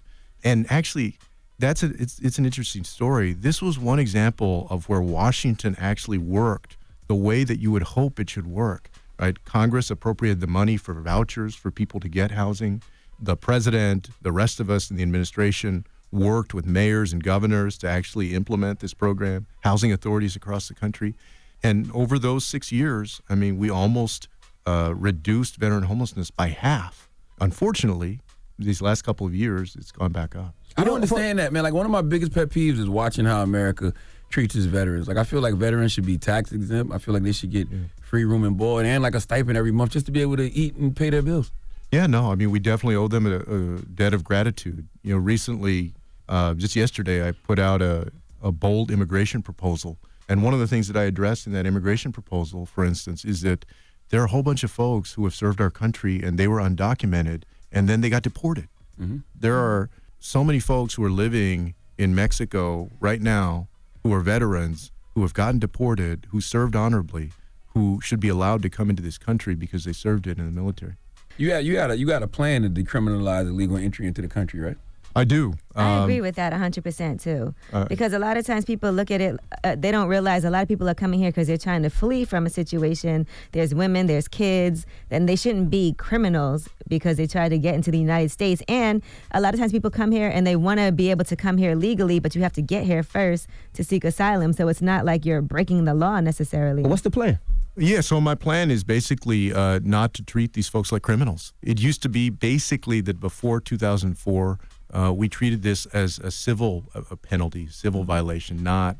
And actually, that's a, it's, it's an interesting story. This was one example of where Washington actually worked the way that you would hope it should work, right? Congress appropriated the money for vouchers for people to get housing. The president, the rest of us in the administration worked with mayors and governors to actually implement this program, housing authorities across the country. And over those six years, I mean, we almost uh, reduced veteran homelessness by half. Unfortunately, these last couple of years, it's gone back up.
I don't understand that, man. Like one of my biggest pet peeves is watching how America treats its veterans. Like I feel like veterans should be tax exempt. I feel like they should get free room and board and like a stipend every month just to be able to eat and pay their bills.
Yeah, no, I mean, we definitely owe them a, a debt of gratitude. You know, recently, uh, just yesterday, I put out a, a bold immigration proposal. And one of the things that I addressed in that immigration proposal, for instance, is that there are a whole bunch of folks who have served our country and they were undocumented and then they got deported.
Mm-hmm.
There are so many folks who are living in Mexico right now who are veterans, who have gotten deported, who served honorably, who should be allowed to come into this country because they served it in the military.
You got you got a you got a plan to decriminalize illegal entry into the country, right?
I do.
Um,
Um,
I agree with that 100% too.
uh,
because a lot of times people look at it, uh, they don't realize a lot of people are coming here because they're trying to flee from a situation. There's women, there's kids, and they shouldn't be criminals because they try to get into the United States. And a lot of times people come here and they want to be able to come here legally, but you have to get here first to seek asylum. So it's not like you're breaking the law necessarily.
What's the plan?
Yeah, so my plan is basically uh, not to treat these folks like criminals. It used to be basically that before 2004, uh, we treated this as a civil uh, a penalty, civil violation, not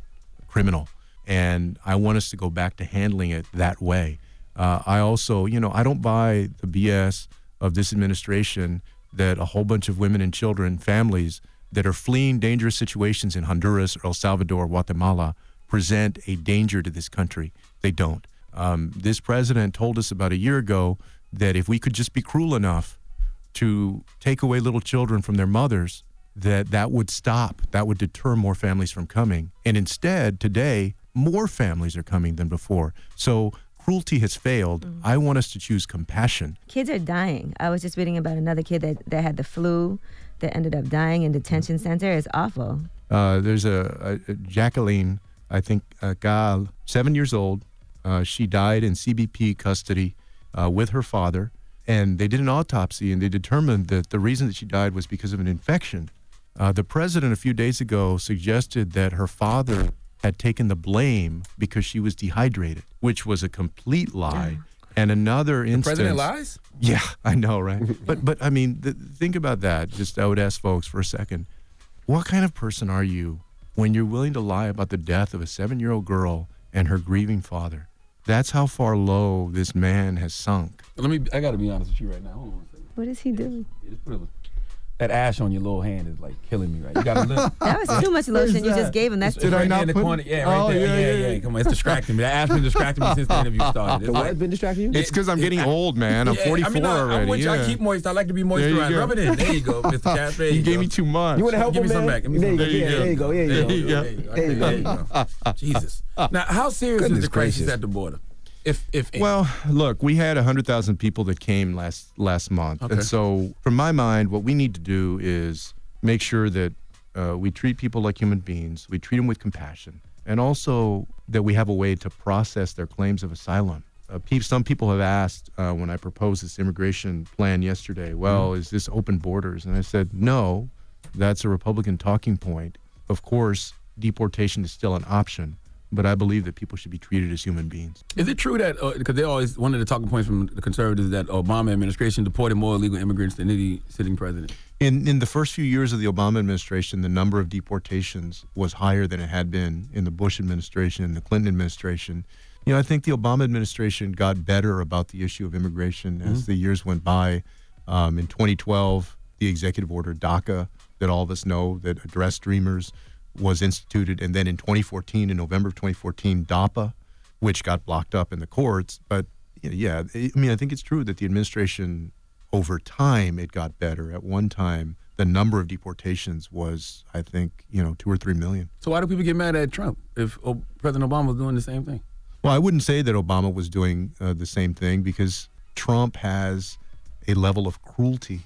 criminal. And I want us to go back to handling it that way. Uh, I also, you know, I don't buy the BS of this administration that a whole bunch of women and children, families that are fleeing dangerous situations in Honduras or El Salvador, Guatemala, present a danger to this country. They don't. Um, this president told us about a year ago that if we could just be cruel enough to take away little children from their mothers, that that would stop, that would deter more families from coming. And instead, today, more families are coming than before. So cruelty has failed. I want us to choose compassion.
Kids are dying. I was just reading about another kid that, that had the flu that ended up dying in detention center. It's awful.
Uh, there's a, a, a Jacqueline, I think, uh, Gal, seven years old. Uh, she died in CBP custody uh, with her father, and they did an autopsy and they determined that the reason that she died was because of an infection. Uh, the president a few days ago suggested that her father had taken the blame because she was dehydrated, which was a complete lie. And another
The
instance.
president lies?
Yeah, I know, right? but but I mean, th- think about that. Just I would ask folks for a second, what kind of person are you when you're willing to lie about the death of a seven-year-old girl and her grieving father? That's how far low this man has sunk.
Let me. I gotta be honest with you right now. Hold on one second.
What is he doing?
Just put a little- that ash on your little hand is like killing me right. You gotta look.
That was too much lotion you just gave him. That's
It's right there in the corner. Yeah, right there. Yeah, yeah, yeah, Come on, it's distracting me. That ash been distracting me since the interview started.
The what been distracting you?
It's 'cause I'm getting old, man. I'm
Yeah, I mean,
44
I, I
already,
want you, I
yeah.
keep moist. I like to be
There you
moisturized.
go.
Rub it in. There you go, Mr. Cash. There
You gave
go.
me too much. You wanna help
Give me
him,
some
man?
back. Give me some
There
back.
you go, there you go, yeah,
There
yeah.
you go.
There you
There you
go.
go. Jesus. Now, how serious is
Goodness
the crisis
gracious.
at the border? If if any?
Well, look, we had 100,000 people that came last last month.
Okay.
And so, from my mind, what we need to do is make sure that uh, we treat people like human beings, we treat them with compassion, and also that we have a way to process their claims of asylum. Uh, peeps, some people have asked uh, when I proposed this immigration plan yesterday, well,
Mm-hmm.
is this open borders? And I said, no, that's a Republican talking point. Of course, deportation is still an option, but I believe that people should be treated as human beings.
Is it true that because they always one of the talking points from the conservatives that Obama administration deported more illegal immigrants than any sitting president?
In in the first few years of the Obama administration, the number of deportations was higher than it had been in the Bush administration and the Clinton administration. You know, I think the Obama administration got better about the issue of immigration as
Mhm.
the years went by. Um, in 2012, the executive order DACA that all of us know that addressed dreamers was instituted, and then in 2014, in November of 2014, DAPA, which got blocked up in the courts. But y- yeah, I I mean, I think it's true that the administration over time it got better. At one time, the number of deportations was, I think, you know, two or three million.
So why do people get mad at Trump if O- President Obama was doing the same thing?
Well, I wouldn't say that Obama was doing uh, the same thing because Trump has a level of cruelty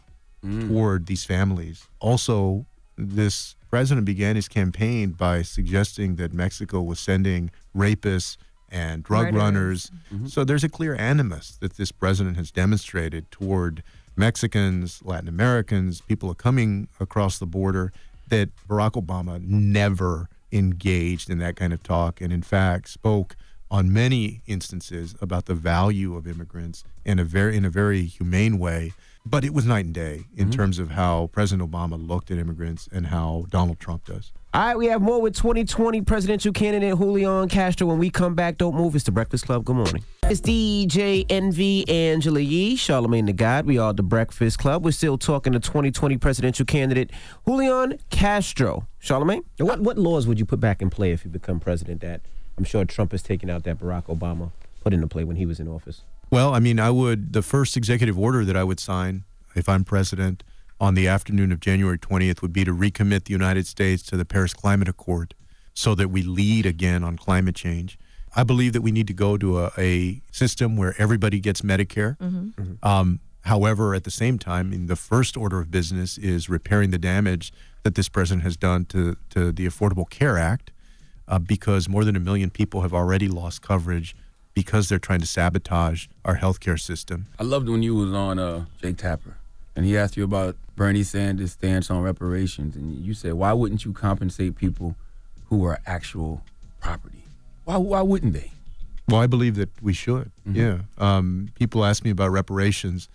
toward these families. Also, this president began his campaign by suggesting that Mexico was sending rapists and drug
Murderers.
runners. So there's a clear animus that this president has demonstrated toward Mexicans, Latin Americans, people coming across the border that Barack Obama never engaged in that kind of talk and in fact spoke on many instances about the value of immigrants in a very in a very humane way but it was night and day in terms of how President Obama looked at immigrants and how Donald Trump does.
All right, we have more with 2020 presidential candidate Julian Castro. When we come back, don't move. It's the Breakfast Club. Good morning. It's DJ NV Angela Yee, Charlemagne the God. We are the Breakfast Club. We're still talking to 2020 presidential candidate Julian Castro. Charlemagne?
What, what laws would you put back in play if you become president that I'm sure Trump has taken out that Barack Obama put into play when he was in office?
Well, I mean, I would, the first executive order that I would sign if I'm president on the afternoon of January 20th would be to recommit the United States to the Paris Climate Accord so that we lead again on climate change. I believe that we need to go to a, a system where everybody gets Medicare. Um, however, at the same time, in the first order of business is repairing the damage that this president has done to, to the Affordable Care Act uh, because more than a million people have already lost coverage because they're trying to sabotage our healthcare system.
I loved when you was on uh, Jake Tapper, and he asked you about Bernie Sanders' stance on reparations, and you said, "Why wouldn't you compensate people who are actual property? Why why wouldn't they?"
Well, I believe that we should. Yeah. Um, people ask me about reparations,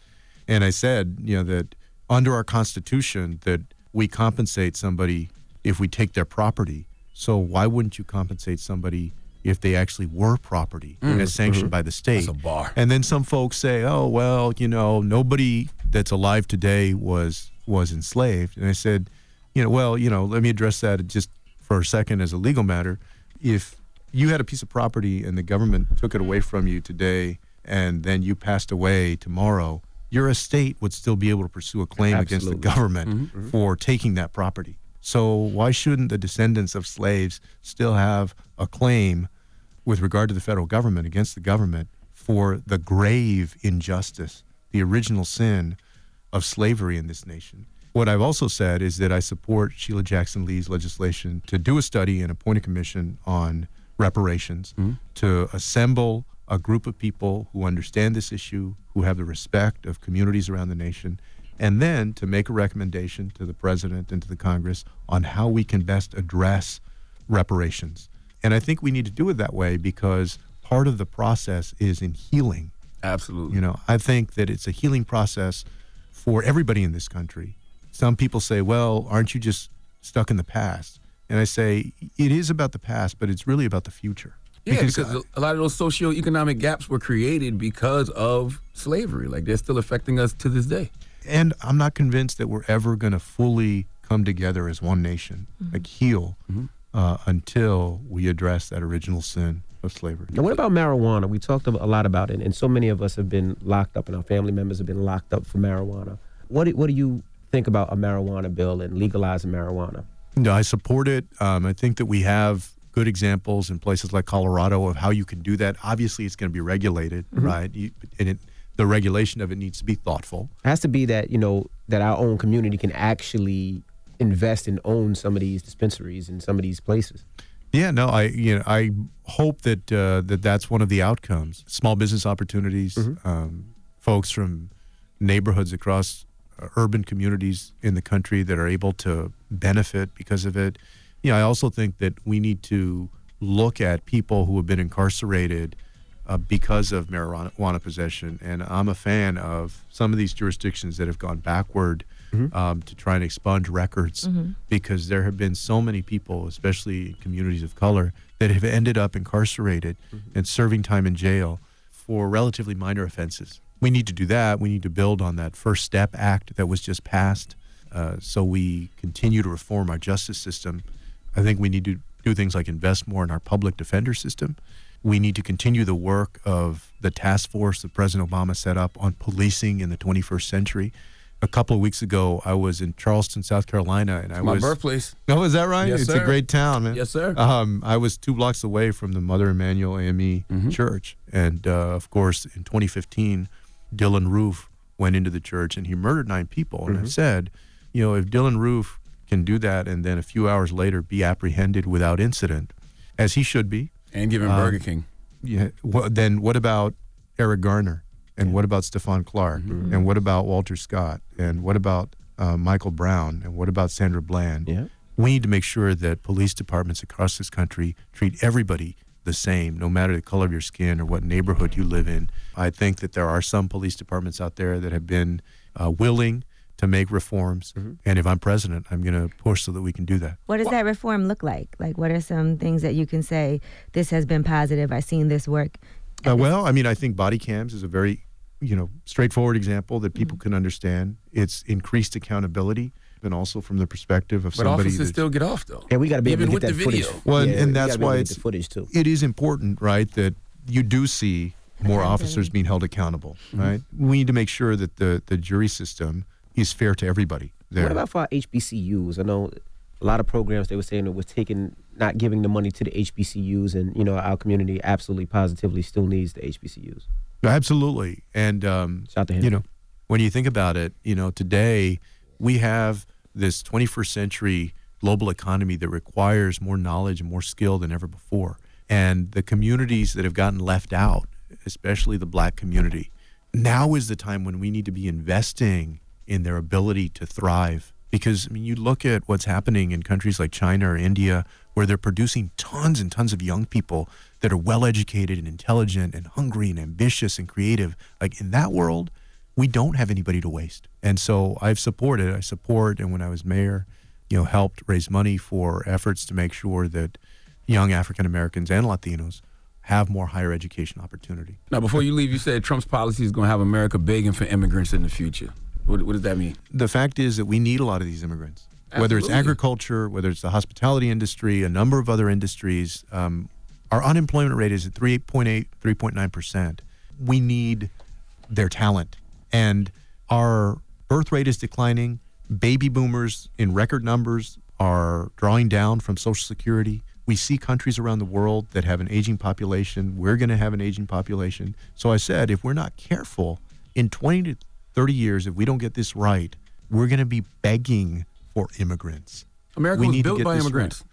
and I said, you know, that under our Constitution, that we compensate somebody if we take their property. So why wouldn't you compensate somebody if they actually were property
Mm.
and it's sanctioned
Mhm.
by the state?
That's a bar.
And then some folks say, "Oh, well, you know, nobody that's alive today was was enslaved." And I said, "You know, well, you know, let me address that just for a second as a legal matter. If you had a piece of property and the government took it away from you today, and then you passed away tomorrow." Your estate would still be able to pursue a claim against the
Absolutely.
government
Mhm.
for taking that property. So, why shouldn't the descendants of slaves still have a claim with regard to the federal government against the government for the grave injustice, the original sin of slavery in this nation. What I've also said is that I support Sheila Jackson Lee's legislation to do a study and appoint a commission on reparations, to assemble a group of people who understand this issue, who have the respect of communities around the nation, and then to make a recommendation to the president and to the Congress on how we can best address reparations. And I think we need to do it that way because part of the process is in healing.
Absolutely.
You know, I think that it's a healing process for everybody in this country. Some people say, well, aren't you just stuck in the past? And I say, it is about the past, but it's really about the future.
Yeah, because, a lot of those socioeconomic gaps were created because of slavery. Like they're still affecting us to this day.
and I'm not convinced that we're ever going to fully come together as one nation, like heal, uh, until we address that original sin of slavery.
Now, what about marijuana? We talked a lot about it, and so many of us have been locked up, and our family members have been locked up for marijuana. What do, what do you think about a marijuana bill and legalizing marijuana?
No, I support it. Um, I think that we have good examples in places like Colorado of how you can do that. Obviously, it's going to be regulated, right? You, and it, the regulation of it needs to be thoughtful.
It has to be that you know that our own community can actually invest and own some of these dispensaries and some of these places.
Yeah, no, I you know I hope that uh, that that's one of the outcomes. Small business opportunities, um, folks from neighborhoods across uh, urban communities in the country that are able to benefit because of it. You know, I also think that we need to look at people who have been incarcerated uh, because of marijuana possession, and I'm a fan of some of these jurisdictions that have gone backward um, to try and expunge records
Mm-hmm.
Mhm.
because there have been so many people, especially in communities of color, that have ended up incarcerated and serving time in jail for relatively minor offenses. We need to do that. We need to build on that First Step Act that was just passed uh, so we continue to reform our justice system. I think we need to do things like invest more in our public defender system. We need to continue the work of the task force that President Obama set up on policing in the 21st century. A couple of weeks ago, I was in Charleston, South Carolina, and I
my
was
birthplace.
Oh, is that right?
Yes,
it's
sir.
a great town, man.
Yes, sir.
Um, I was two blocks away from the Mother Emanuel AME
Mm-hmm.
Church, and uh, of course, in 2015, Dylan Roof went into the church and he murdered nine people. And
Mm-hmm.
I've said, you know, if Dylan Roof can do that and then a few hours later be apprehended without incident, as he should be,
and given
um,
Burger King.
yeah. Well, then what about Eric Garner? And what about Stephon Clark? And what about Walter Scott? And what about uh, Michael Brown? And what about Sandra Bland? Yeah. We need to make sure that police departments across this country treat everybody the same, no matter the color of your skin or what neighborhood you live in. I think that there are some police departments out there that have been uh, willing to make reforms. And if I'm president, I'm going to push so that we can do that.
What does that reform look like? Like, what are some things that you can say? This has been positive. I've seen this work.
Uh, well, I mean, I think body cams is a very, you know, straightforward example that people
Mm-hmm.
can understand. It's increased accountability, and also from the perspective of
But
somebody.
officers
that's-
still get off though.
And we got to be
Even
able to
with
get that
the
footage.
video.
Well, and-
Yeah,
and
we
that's
gotta be able
why
to
it's
get the footage too.
It is important, right, that you do see more officers being held accountable,
Mm-hmm.
right? We need to make sure that the the jury system is fair to everybody. There.
What about for our HBCUs? I know a lot of programs they were saying it was taking not giving the money to the HBCUs, and you know our community absolutely positively still needs the HBCUs.
Absolutely. And um, you know, when you think about it, you know, today we have this 21st century global economy that requires more knowledge and more skill than ever before. And the communities that have gotten left out, especially the black community, now is the time when we need to be investing in their ability to thrive because I mean, you look at what's happening in countries like China or India, where they're producing tons and tons of young people that are well educated and intelligent and hungry and ambitious and creative. Like in that world, we don't have anybody to waste. And so I've supported, I support, and when I was mayor, you know, helped raise money for efforts to make sure that young African Americans and Latinos have more higher education opportunity.
Now, before you leave, you said Trump's policy is going to have America begging for immigrants in the future. What, what does that mean?
The fact is that we need a lot of these immigrants, whether it's
Absolutely.
agriculture, whether it's the hospitality industry, a number of other industries. Um, our unemployment rate is at 3.8, 3.9%. We need their talent. And our birth rate is declining. Baby boomers in record numbers are drawing down from Social Security. We see countries around the world that have an aging population. We're going to have an aging population. So I said, if we're not careful, in 20 to 30 years, if we don't get this right, we're going to be begging for immigrants.
America
We
was
need to
built
get
by
this right.
immigrants.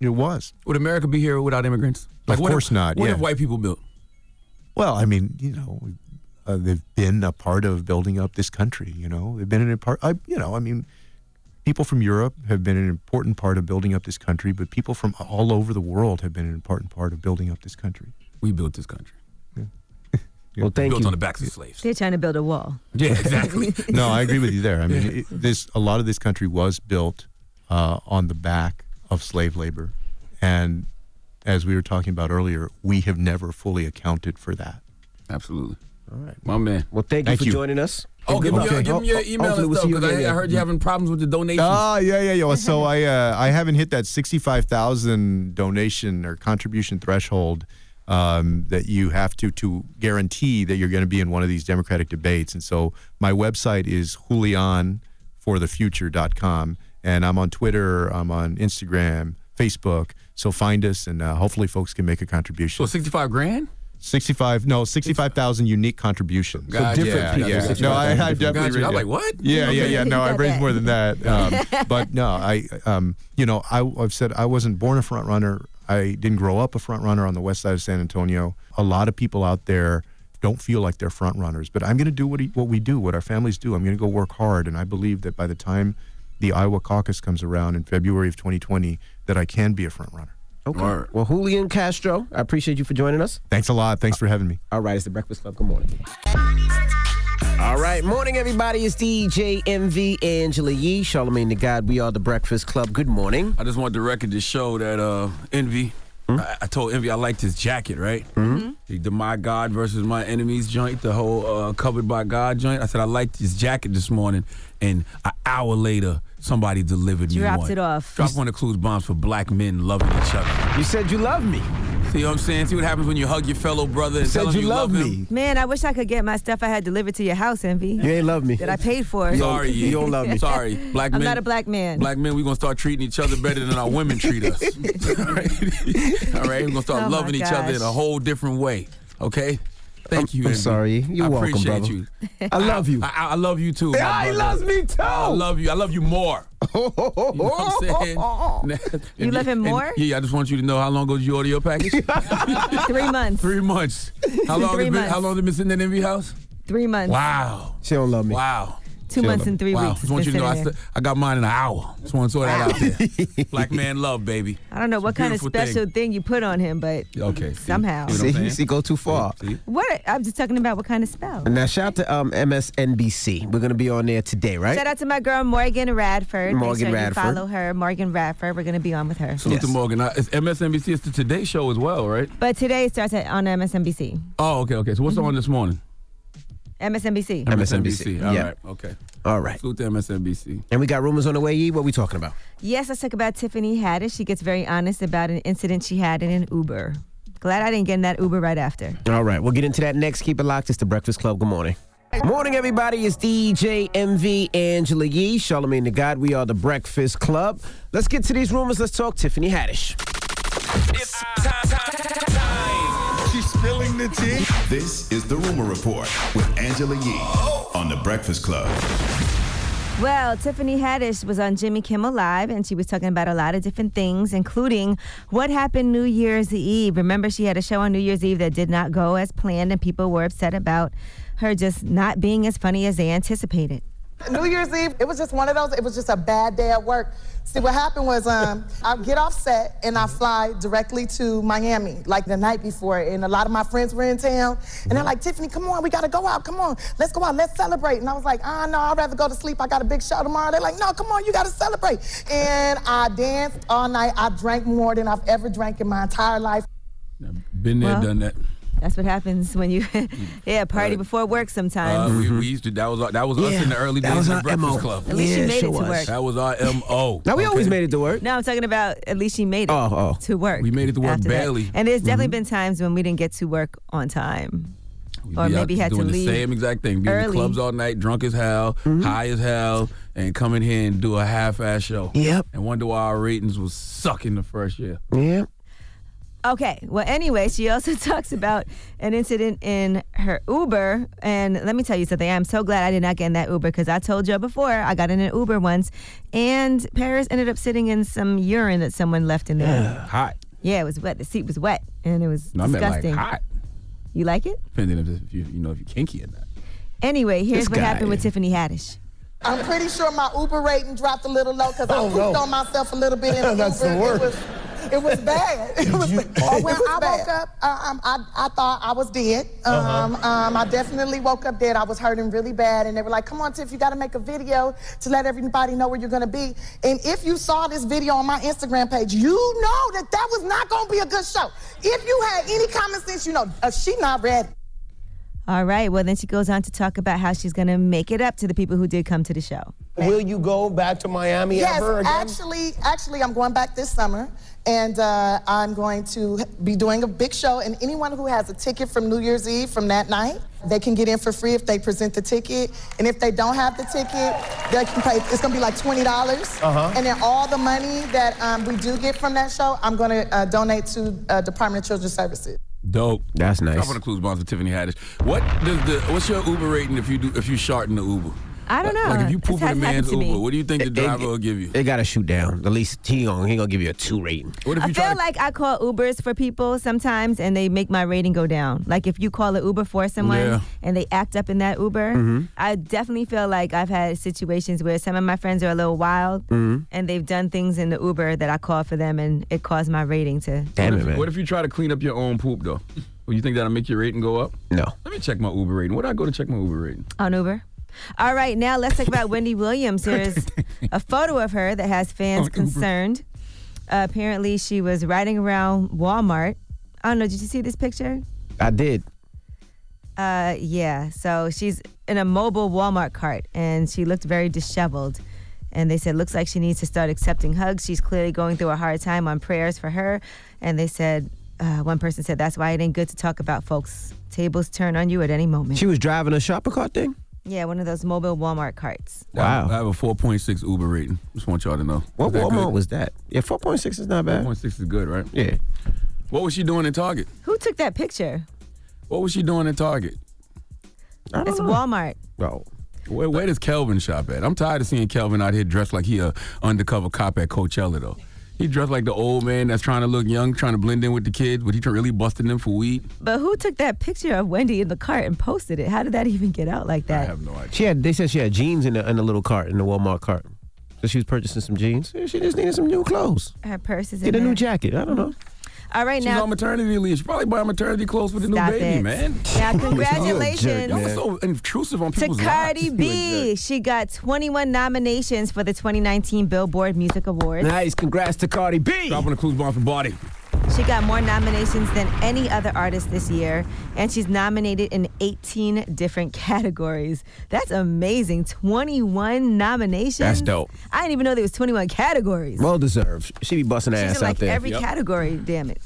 It was.
Would America be here without immigrants?
of
what if-
course not.
What
yeah.
if white people built?
Well, I mean, you know, uh, they've been a part of building up this country. You know, they've been an part. I, you know, I mean, people from Europe have been an important part of building up this country, but people from all over the world have been an important part of building up this country.
We built this country.
Well,
thank Built you. on the backs of slaves.
They're trying to build a wall.
Yeah, exactly.
no, I agree with you there. I mean, it, this a lot of this country was built uh, on the back of slave labor, and as we were talking about earlier, we have never fully accounted for that.
Absolutely.
All right,
my man.
Well,
thank you for joining us.
Oh, give, me your,
Okay.
give me your
Ho- ho-
email
hopefully
and
we'll
stuff
see you
because I,
again,
I
yeah.
heard you're having problems with the donations.
Ah, yeah, yeah, yeah. Well, so I uh, I haven't hit that sixty five thousand donation or contribution threshold um, that you have to to guarantee that you're going to be in one of these Democratic debates. And so my website is julianforthefuture.com, and I'm on Twitter, I'm on Instagram, Facebook. So find us, and uh, hopefully folks can make a contribution.
So 65 grand?
65 no 65,000 unique contributions
Gotcha.
different
Yeah,
people.
yeah.
no I, I
Gotcha.
definitely
I'm
yeah.
like, what?
yeah yeah
Okay.
yeah no I
Got
raised
that.
more than that um, but no I um, you know I, I've said I wasn't born a front runner I didn't grow up a front runner on the west side of San Antonio a lot of people out there don't feel like they're front runners but I'm going to do what, he, what we do what our families do I'm going to go work hard and I believe that by the time the Iowa caucus comes around in February of 2020 that I can be a front runner
Okay. Well, Julian Castro, I appreciate you for joining us.
thanks a lot thanks for having me
all right it's the Breakfast Club good morning All right, morning everybody. It's DJ MV Angela Yee, Charlemagne the God. We are the Breakfast Club. Good morning.
I just want the record to show that uh, Envy.
Hmm?
I, I told Envy I liked his jacket, right? Mm-hmm. The, the My God versus My Enemies joint, the whole uh, Covered by God joint. I said I liked his jacket this morning, and an hour later, somebody delivered me
Dropped
one.
it off.
Drop one of Clues Bombs for black men loving each other.
You said you love me.
See what I'm saying? See what happens when you hug your fellow brother and
said
tell him
you
you,
love
him?
me.
Man, I wish I could get my stuff I had delivered to your house, Envy.
You ain't love me.
That I paid for.
Sorry, Yee. Sorry, black
I'm
men.
not a black man.
Black men, we're gonna start treating each other better than our women treat us. All right, we're gonna start
Oh, my
loving each other in a
gosh.
whole different way. Okay. Thank you.
I'm
Envy.
sorry. You're
I
welcome,
appreciate
brother.
you.
I love you.
I, I- I love you too.
Yeah, he
my brother.
loves me too. Oh.
I love you. I love you more. you know what I'm saying?
You love him
And-
more?
yeah, I just want you to know how long ago did you order your package?
Three months.
Three months. How long?
Three
it been,
months.
how long have been sitting in Envy house?
Three months.
Wow.
She don't love me.
Wow.
Two months and three
Wow.
weeks.
Just want you to know, I, st- I got mine in an hour. Just want to throw that out there. Black man love, baby.
I don't know what
It's a
kind of
beautiful
special
thing.
thing. you put on him, but
Okay.
somehow.
See, see, go too far.
What? I'm just talking about what kind of spell.
And now shout out to um, MSNBC. We're gonna be on there today, right?
Shout out to my girl Morgan Radford. Make
Morgan
sure
Radford.
You follow her, Morgan Radford. We're gonna be on with her.
Salute to Morgan. Uh, It's MSNBC. It's the Today Show as well, right?
But today it starts at, on MSNBC.
Oh, okay, okay. So what's
Mm-hmm.
on this morning?
MSNBC.
MSNBC,
All
yeah.
right. Okay.
All right.
Salute to MSNBC.
And we got rumors on the way. Yee, what we talking about?
Yes, let's talk about Tiffany Haddish. She gets very honest about an incident she had in an Uber. Glad I didn't get in that Uber right after.
All right, we'll get into that next. Keep it locked. It's the Breakfast Club. Good morning. Morning, everybody. It's DJ MV Angela Yee, Charlemagne the God. We are the Breakfast Club. Let's get to these rumors. Let's talk Tiffany Haddish.
It's time,
She's spilling the tea. This is the Rumor Report with Angela Yee on the Breakfast Club.
Well, Tiffany Haddish was on Jimmy Kimmel Live and she was talking about a lot of different things, including what happened New Year's Eve. Remember, she had a show on New Year's Eve that did not go as planned, and people were upset about her just not being as funny as they anticipated.
New Year's Eve, it was just one of those, it was just a bad day at work. See, what happened was um, I get off set and I fly directly to Miami, like the night before. And a lot of my friends were in town. And they're like, Tiffany, come on, we got to go out. Come on, let's go out. Let's celebrate. And I was like, ah, no, I'd rather go to sleep. I got a big show tomorrow. They're like, no, come on, you got to celebrate. And I danced all night. I drank more than I've ever drank in my entire life.
Been there,
Well,
done that.
That's what happens when you, yeah, party before work sometimes.
Uh, we, we used to. That was our, that was us
Yeah,
in the early
that
days
was
of
our
the Breakfast
MO.
Club.
At least you Yeah, made it sure to was. work.
That was our mo.
Now we always made it to work.
No, I'm talking about at least you made it
Oh, oh.
to work.
We made it to work
after that.
barely. Mm-hmm.
And there's definitely been times when we didn't get to work on time. or
Be out
maybe had to
doing
leave.
the same exact thing. Be in the
early. Mm-hmm.
clubs all night, drunk as hell, high as hell, and come in here and do a half-ass show. Yep. And wonder why our ratings was sucking the first year.
Yeah.
Okay. Well, anyway, she also talks about an incident in her Uber. And let me tell you something. I'm so glad I did not get in that Uber because I told you before I got in an Uber once and Paris ended up sitting in some urine that someone left in there.
Hot.
yeah, it was wet. The seat was wet and it was
No, I meant, like,
disgusting.
hot.
You like it?
Depending if if you you know if you kinky or not.
Anyway, here's
This
what
guy.
happened with Tiffany Haddish.
I'm pretty sure my Uber rating dropped a little low because I
Oh,
pooped
no.
on myself a little bit in the
That's the
Uber.
worst.
It was, it was bad. It was, oh, when I woke up, uh, um, I, I thought I was dead. Um,
Uh-huh.
um, I definitely woke up dead. I was hurting really bad. And they were like, come on, Tiff, you got to make a video to let everybody know where you're going to be. And if you saw this video on my Instagram page, you know that that was not going to be a good show. If you had any common sense, you know, uh, she not ready.
All right. Well, then she goes on to talk about how she's going to make it up to the people who did come to the show.
Will you go back to Miami
yes,
ever again?
actually, actually, I'm going back this summer, and uh, I'm going to be doing a big show. And anyone who has a ticket from New Year's Eve from that night, they can get in for free if they present the ticket. And if they don't have the ticket, they can pay. It's going to be like twenty dollars,
Uh-huh.
and then all the money that um, we do get from that show, I'm going to uh, donate to uh, Department of Children's Services.
Dope.
That's nice.
Top of the clues bonds with Tiffany Haddish. What does the what's your Uber rating if you do if you shart in the Uber?
I don't know.
Like if you
This
poop in a
hasn't happened
man's
to me.
Uber, what do you think the driver will give you?
They gotta shoot down. At least he gonna, he gonna give you a two rating.
What
I feel like I call Ubers for people sometimes and they make my rating go down. Like if you call an Uber for someone
Yeah.
and they act up in that Uber,
Mhm.
I definitely feel like I've had situations where some of my friends are a little wild
Mm-hmm.
Mhm.
and they've done things in the Uber that I called for them and it caused my rating to.
what if, What if you try to clean up your own poop though? Well, you think that'll make your rating go up?
No.
Let me check my Uber rating. Where would I go to check my Uber rating?
On Uber. All right, now let's talk about Wendy Williams. Here's a photo of her that has fans concerned. Uh, apparently, she was riding around Walmart. I don't know. Did you see this picture?
I did.
Uh, yeah. So she's in a mobile Walmart cart, and she looked very disheveled. And they said, looks like she needs to start accepting hugs. She's clearly going through a hard time on prayers for her. And they said, uh, one person said, that's why it ain't good to talk about folks. Tables turn on you at any moment.
She was driving a shopper cart thing.
Yeah, one of those mobile Walmart carts.
Wow. I have a 4.6 Uber rating. Just want y'all to know.
What
Is that
Walmart
good?
was that? Yeah, four point six is not bad.
4.6 is good, right?
Yeah.
What was she doing in Target?
Who took that picture?
What was she doing in Target?
It's Walmart.
No.
Where, where does Kelvin shop at? I'm tired of seeing Kelvin out here dressed like he a undercover cop at Coachella though. He dressed like the old man that's trying to look young, trying to blend in with the kids, but he tr- really busting them for weed.
But who took that picture of Wendy in the cart and posted it? How did that even get out like that?
no idea.
She had. They said she had jeans in the in the little cart in the Walmart cart. So she was purchasing some jeans. She just needed some new clothes.
Her purse is in
Get a
there.
new jacket. I don't know.
All right
She's
now.
on maternity leave. She probably buying maternity clothes for the
Stop
new baby,
it.
man.
Now,
Y'all was
congratulations.
so intrusive on
To
people's lives.
Cardi
You a
B, she got 21 nominations for the 2019 Billboard Music Awards.
Nice. Congrats to Cardi B.
Dropping the clues bomb for Barty.
She got more nominations than any other artist this year, and she's nominated in 18 different categories. That's amazing. 21 nominations.
That's dope.
I didn't even know there was 21 categories.
Well deserved. She be busting her
She's
ass
in like
out there.
every category. Damn it.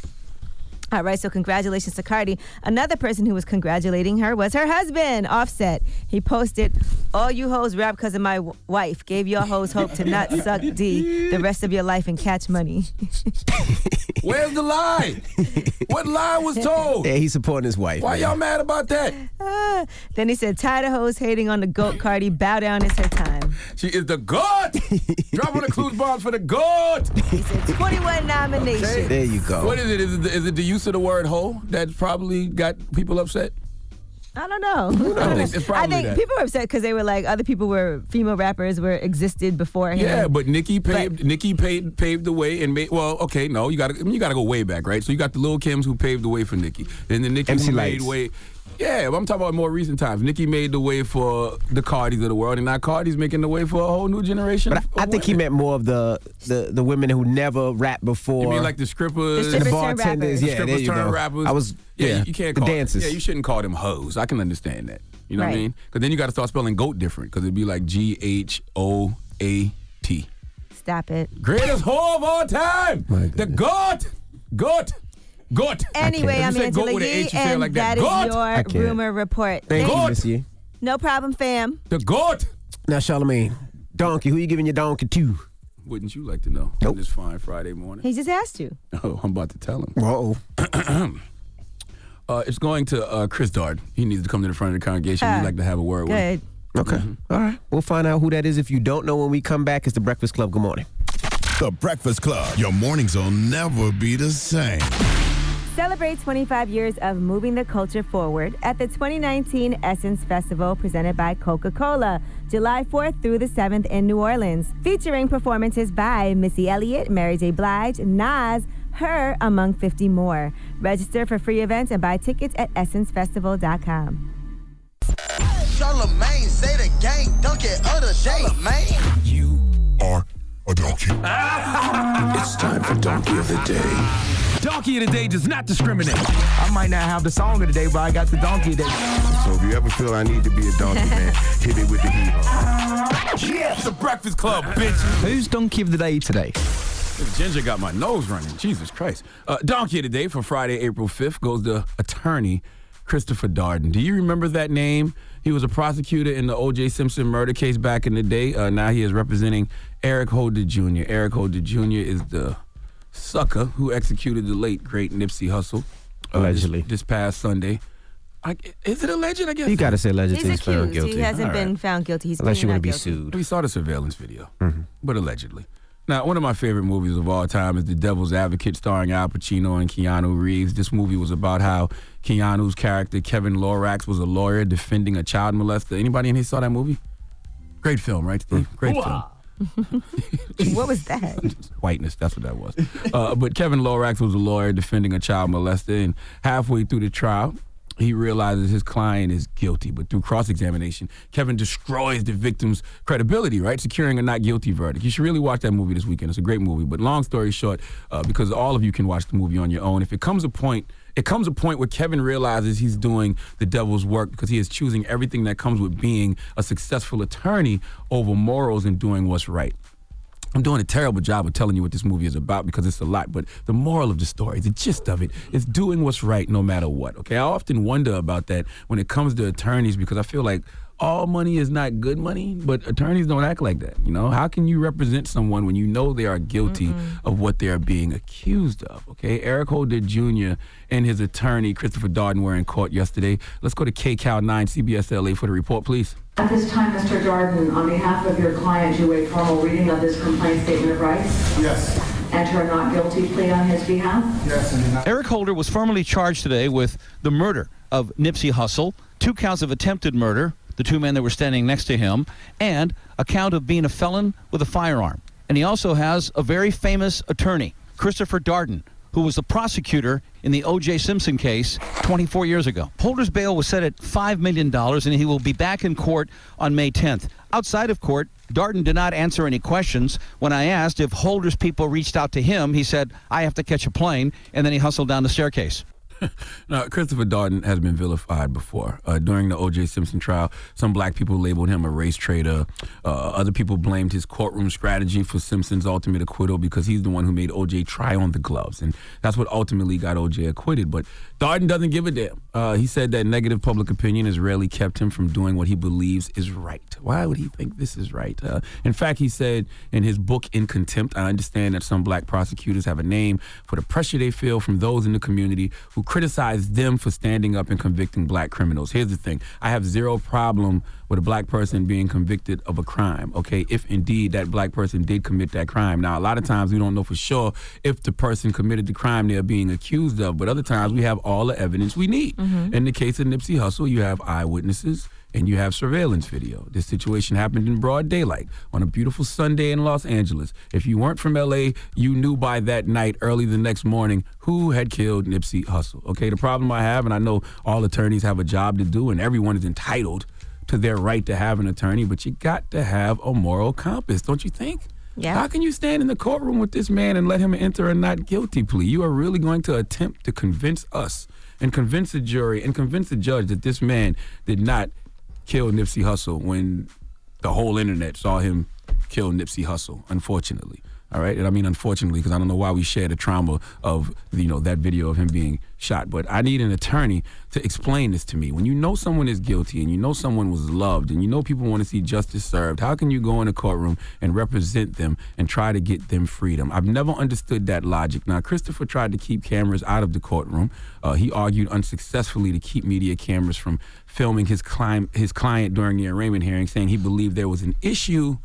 All right, so congratulations to Cardi. Another person who was congratulating her was her husband, Offset. He posted, "All you hoes rap because of my w- wife. Gave your hoes hope to not suck D the rest of your life and catch money."
Where's the lie? what lie was told?
Yeah, he's supporting his wife.
Why
man.
y'all mad about that?
Ah. then he said, "Tired of hoes hating on the goat, Cardi. Bow down, it's her time."
She is the god. Dropping the clues bomb for the god.
He said, "21 nominations."
There you go.
What is it? Is it, the, is it the use of the word hoe that probably got people upset?
I don't know.
I think it's probably
I think
that.
people were upset because they were like other people were female rappers were existed beforehand.
Yeah, but Nikki paved Nikki paved paved the way and made well. Okay, no, you got to I mean, you got to go way back, right? So you got the Lil Kims who paved the way for Nikki, and then Nikki who
MC Lights.
made way. Yeah, but I'm talking about more recent times. Nikki made the way for the Cardis of the world, and now Cardi's making the way for a whole new generation.
But I, I think he meant more of the, the the women who never rapped before.
you mean like the strippers,
The The strippers turned bartenders, rappers. yeah, there
strippers
you
turned
go.
rappers.
I was-
yeah,
yeah,
you, you can't
the
call
dancers.
Yeah, you shouldn't call them hoes. I can understand that. You know what I
Right.
mean? Because then you got to start spelling goat different, because it'd be like G H O A T.
Stop it.
Greatest whore of all time. The goat. Goat. Goat.
Anyway,
If
I'm
you said goat
Angela
with an
Yee,
H, you say it
and
like
that
that.
is
Goat.
I can't.
your rumor report.
Thank you,
Thank-
Miss Yee.
No problem, fam.
The goat.
Now, Charlemagne, donkey. Who you giving your donkey to?
Wouldn't you like to know? Nope. This fine Friday morning.
He just asked you.
Oh, I'm about to tell him.
Uh-oh.
it's going to uh, Chris Dard. He needs to come to the front of the congregation. We'd
Ah,
like to have a word with Mm-hmm. him.
Okay. All right. We'll find out who that is. If you don't know when we come back, it's the Breakfast Club. Good morning.
The Breakfast Club. Your mornings will never be the same.
Celebrate 25 years of moving the culture forward at the 2019 Essence Festival presented by Coca Cola, July 4th through the 7th in New Orleans. Featuring performances by Missy Elliott, Mary J. Blige, Nas, Her, among 50 more. Register for free events and buy tickets at EssenceFestival.com.
Charlemagne say the gang dunk it other Charlemagne.
It's time for Donkey of the Day.
Donkey of the Day does not discriminate. I might not have the song of the day, but I got the Donkey of the Day.
So if you ever feel I need to be a donkey, man, hit it with the heat.
Yeah, it's the Breakfast Club, bitch.
Who's Donkey of the Day today?
Ginger got my nose running. Jesus Christ. Uh, donkey of the day for Friday, April 5th goes to attorney Christopher Darden. Do you remember that name? He was a prosecutor in the O.J. Simpson murder case back in the day. Uh, now he is representing Eric Holder Jr. Eric Holder Jr. is the sucker who executed the late, great Nipsey Hussle. uh,
Allegedly.
This, this past Sunday. I, is it alleged? I guess.
You gotta say alleged
He's
till he's found
accused. He
guilty.
hasn't
All right.
been found guilty. He's pleading not guilty.
We saw the surveillance video, but allegedly. Now, one of my favorite movies of all time is The Devil's Advocate, starring Al Pacino and Keanu Reeves. This movie was about how Keanu's character Kevin Lorax was a lawyer defending a child molester. Anybody in here saw that movie? Great film, right? Steve? Great
uh,
film.
what was that?
Whiteness, that's what that was. Uh, but Kevin Lorax was a lawyer defending a child molester, and halfway through the trial, he realizes his client is guilty. But through cross examination, Kevin destroys the victim's credibility, right? Securing a not guilty verdict. You should really watch that movie this weekend. It's a great movie. But long story short, uh, because all of you can watch the movie on your own, if it comes a point, it comes a point where Kevin realizes he's doing the devil's work because he is choosing everything that comes with being a successful attorney over morals and doing what's right. I'm doing a terrible job of telling you what this movie is about because it's a lot, but the moral of the story, the gist of it, is doing what's right no matter what. Okay, I often wonder about that when it comes to attorneys because I feel like all money is not good money, but attorneys don't act like that. You know, how can you represent someone when you know they are guilty of what they are being accused of? Okay, Eric Holder Jr. and his attorney Christopher Darden were in court yesterday. Let's go to KCAL 9 CBS LA for the report, please.
At this time, Mr. Darden, on behalf of your client, you waive formal reading of this complaint statement of rights? Yes. Enter a not guilty plea on his behalf? Yes.
Eric Holder was formally charged today with the murder of Nipsey Hussle, two counts of attempted murder, the two men that were standing next to him, and a count of being a felon with a firearm. And he also has a very famous attorney, Christopher Darden, who was the prosecutor in the O.J. Simpson case 24 years ago. Holder's bail was set at $5 million, and he will be back in court on May 10th. Outside of court, Darden did not answer any questions. When I asked if Holder's people reached out to him, he said, I have to catch a plane, and then he hustled down the staircase.
Now, Christopher Darden has been vilified before. Uh, during the O.J. Simpson trial, some black people labeled him a race traitor. Uh, other people blamed his courtroom strategy for Simpson's ultimate acquittal because he's the one who made O.J. try on the gloves. And that's what ultimately got O.J. acquitted. But Darden doesn't give a damn. Uh, he said that negative public opinion has rarely kept him from doing what he believes is right. Why would he think this is right? Uh, in fact, he said in his book, In Contempt, I understand that some black prosecutors have a name for the pressure they feel from those in the community who criticize them for standing up and convicting black criminals. Here's the thing I have zero problem with a black person being convicted of a crime, okay? If indeed that black person did commit that crime. Now, a lot of times we don't know for sure if the person committed the crime they're being accused of, but other times we have all the evidence we need.
Mhm.
In the case of Nipsey Hussle, you have eyewitnesses and you have surveillance video. This situation happened in broad daylight on a beautiful Sunday in Los Angeles. If you weren't from LA, you knew by that night, early the next morning, who had killed Nipsey Hussle. Okay, the problem I have, and I know all attorneys have a job to do, and everyone is entitled to their right to have an attorney, but you got to have a moral compass, don't you think?
Yeah.
How can you stand in the courtroom with this man and let him enter a not guilty plea? You are really going to attempt to convince us and convince the jury and convince the judge that this man did not kill Nipsey Hussle when the whole internet saw him kill Nipsey Hussle, unfortunately. All right, and I mean unfortunately because I don't know why we share the trauma of you know that video of him being shot. But I need an attorney to explain this to me. When you know someone is guilty and you know someone was loved and you know people want to see justice served, how can you go in a courtroom and represent them and try to get them freedom? I've never understood that logic. Now Christopher tried to keep cameras out of the courtroom. Uh, he argued unsuccessfully to keep media cameras from filming his client his client during the arraignment hearing, saying he believed there was an issue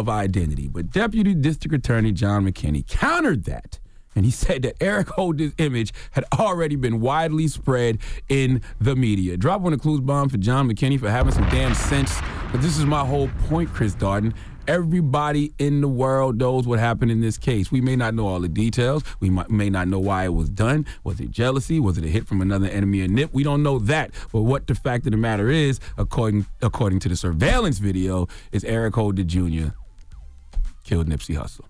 of identity. But Deputy District Attorney John McKinney countered that. And he said that Eric Holder's image had already been widely spread in the media. Drop one of the clues bomb for John McKinney for having some damn sense. But this is my whole point, Chris Darden. Everybody in the world knows what happened in this case. We may not know all the details. We might, may not know why it was done. Was it jealousy? Was it a hit from another enemy or nip? We don't know that. But what the fact of the matter is, according according to the surveillance video, is Eric Holder Jr killed Nipsey Hussle.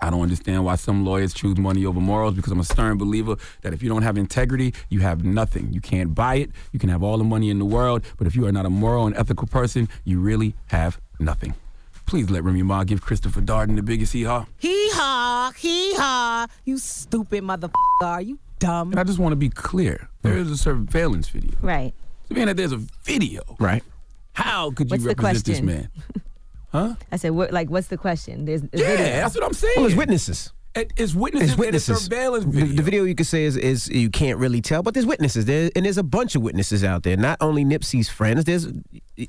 I don't understand why some lawyers choose money over morals because I'm a stern believer that if you don't have integrity, you have nothing. You can't buy it. You can have all the money in the world, but if you are not a moral and ethical person, you really have nothing. Please let Remy Ma give Christopher Darden the biggest hee haw.
Hee haw, hee haw. You stupid motherfucker. You dumb.
I just want to be clear. There is a surveillance video.
Right.
So being that there's a video, right? How could you
What's the
represent this
question?
man? Huh?
I said, what, like, what's the question? There's, there's
Yeah,
video.
that's what I'm saying.
Well, Oh, it's witnesses.
It- it's witnesses.
It's witnesses.
In the surveillance
The-
video.
The, video you could say is, is you can't really tell, but there's witnesses there, and there's a bunch of witnesses out there. Not only Nipsey's friends. There's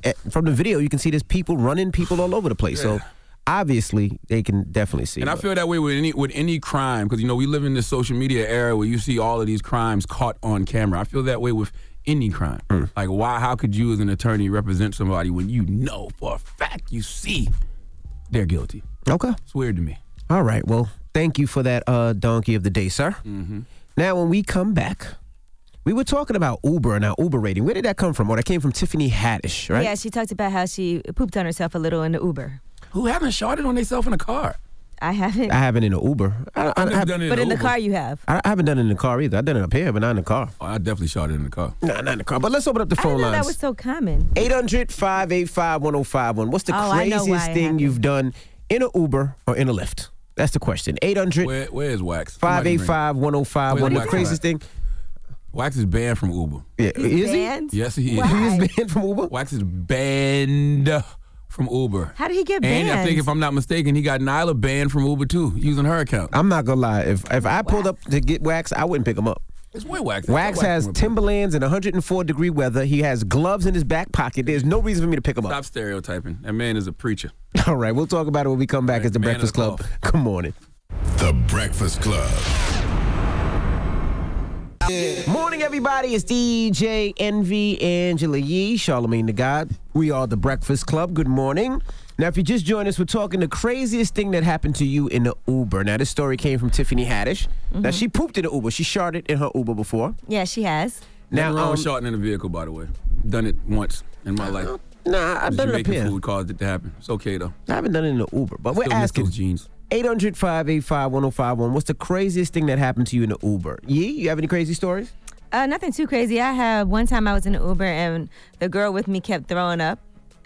eh, from the video you can see there's people running people all over the place. So obviously they can definitely see.
And I
it.
feel that way with any with any crime because you know we live in this social media era where you see all of these crimes caught on camera. I feel that way with any crime. Like why? How could you as an attorney represent somebody when you know for a fact you see they're guilty?
Okay,
it's weird to me.
all right. Well, thank you for that uh, donkey of the day, sir.
Mm-hmm.
Now, when we come back, we were talking about Uber and our Uber rating. Where did that come from? Well, that came from Tiffany Haddish, right?
Yeah, she talked about how she pooped on herself a little in the Uber.
Who haven't sharded on themselves in a car?
I haven't.
I haven't in an Uber. I, I, I,
but in, the car, you have.
I, I haven't done it in the car either. I've done it up here, but not in the car.
Oh, I definitely shot it in the car.
No, not in the car. But let's open up the
I
phone
didn't know that
lines.
was so common.
800 585 1051. What's the
Oh, I know why
craziest
it
thing you've done in an Uber or in a Lyft? That's the question. 800
Where, where is Wax? Somebody bring it.
585 1051. The
Wax
craziest thing.
Wax is banned from Uber.
Yeah, He's is he? banned?
Yes, he is.
Why? He is banned from Uber.
Wax is banned from Uber.
How did he get
And
banned?
I think if I'm not mistaken, he got Nyla banned from Uber too, using her account.
I'm not going to lie. If, if I pulled up to get Wax, I wouldn't pick him up.
It's way Wax.
Wax has Timberlands in 104 degree weather. He has gloves in his back pocket. There's no reason for me to pick him up.
Stop stereotyping. That man is a preacher.
All right, we'll talk about it when we come back. It's the
man
Breakfast
of the
Club. Good morning.
The Breakfast Club.
Morning, everybody. It's DJ NV Angela Yee, Charlemagne the God. We are the Breakfast Club. Good morning. Now, if you just joined us, we're talking the craziest thing that happened to you in the Uber. Now, this story came from Tiffany Haddish. Now,
Mm-hmm.
Mhm.
she pooped in the Uber. She sharded in her Uber before.
Yeah, she has.
Now, wrong
um,
with shorting in a vehicle, by the way. Done it once in my life.
Nah, I've done it up
Jamaican
here.
food caused it to happen. It's okay though.
I haven't done it in the Uber, but we're
Still miss
asking.
those jeans.
800 585 1051. What's the craziest thing that happened to you in the Uber? Yee, you have any crazy stories?
Uh, nothing too crazy. I have one time I was in an Uber and the girl with me kept throwing up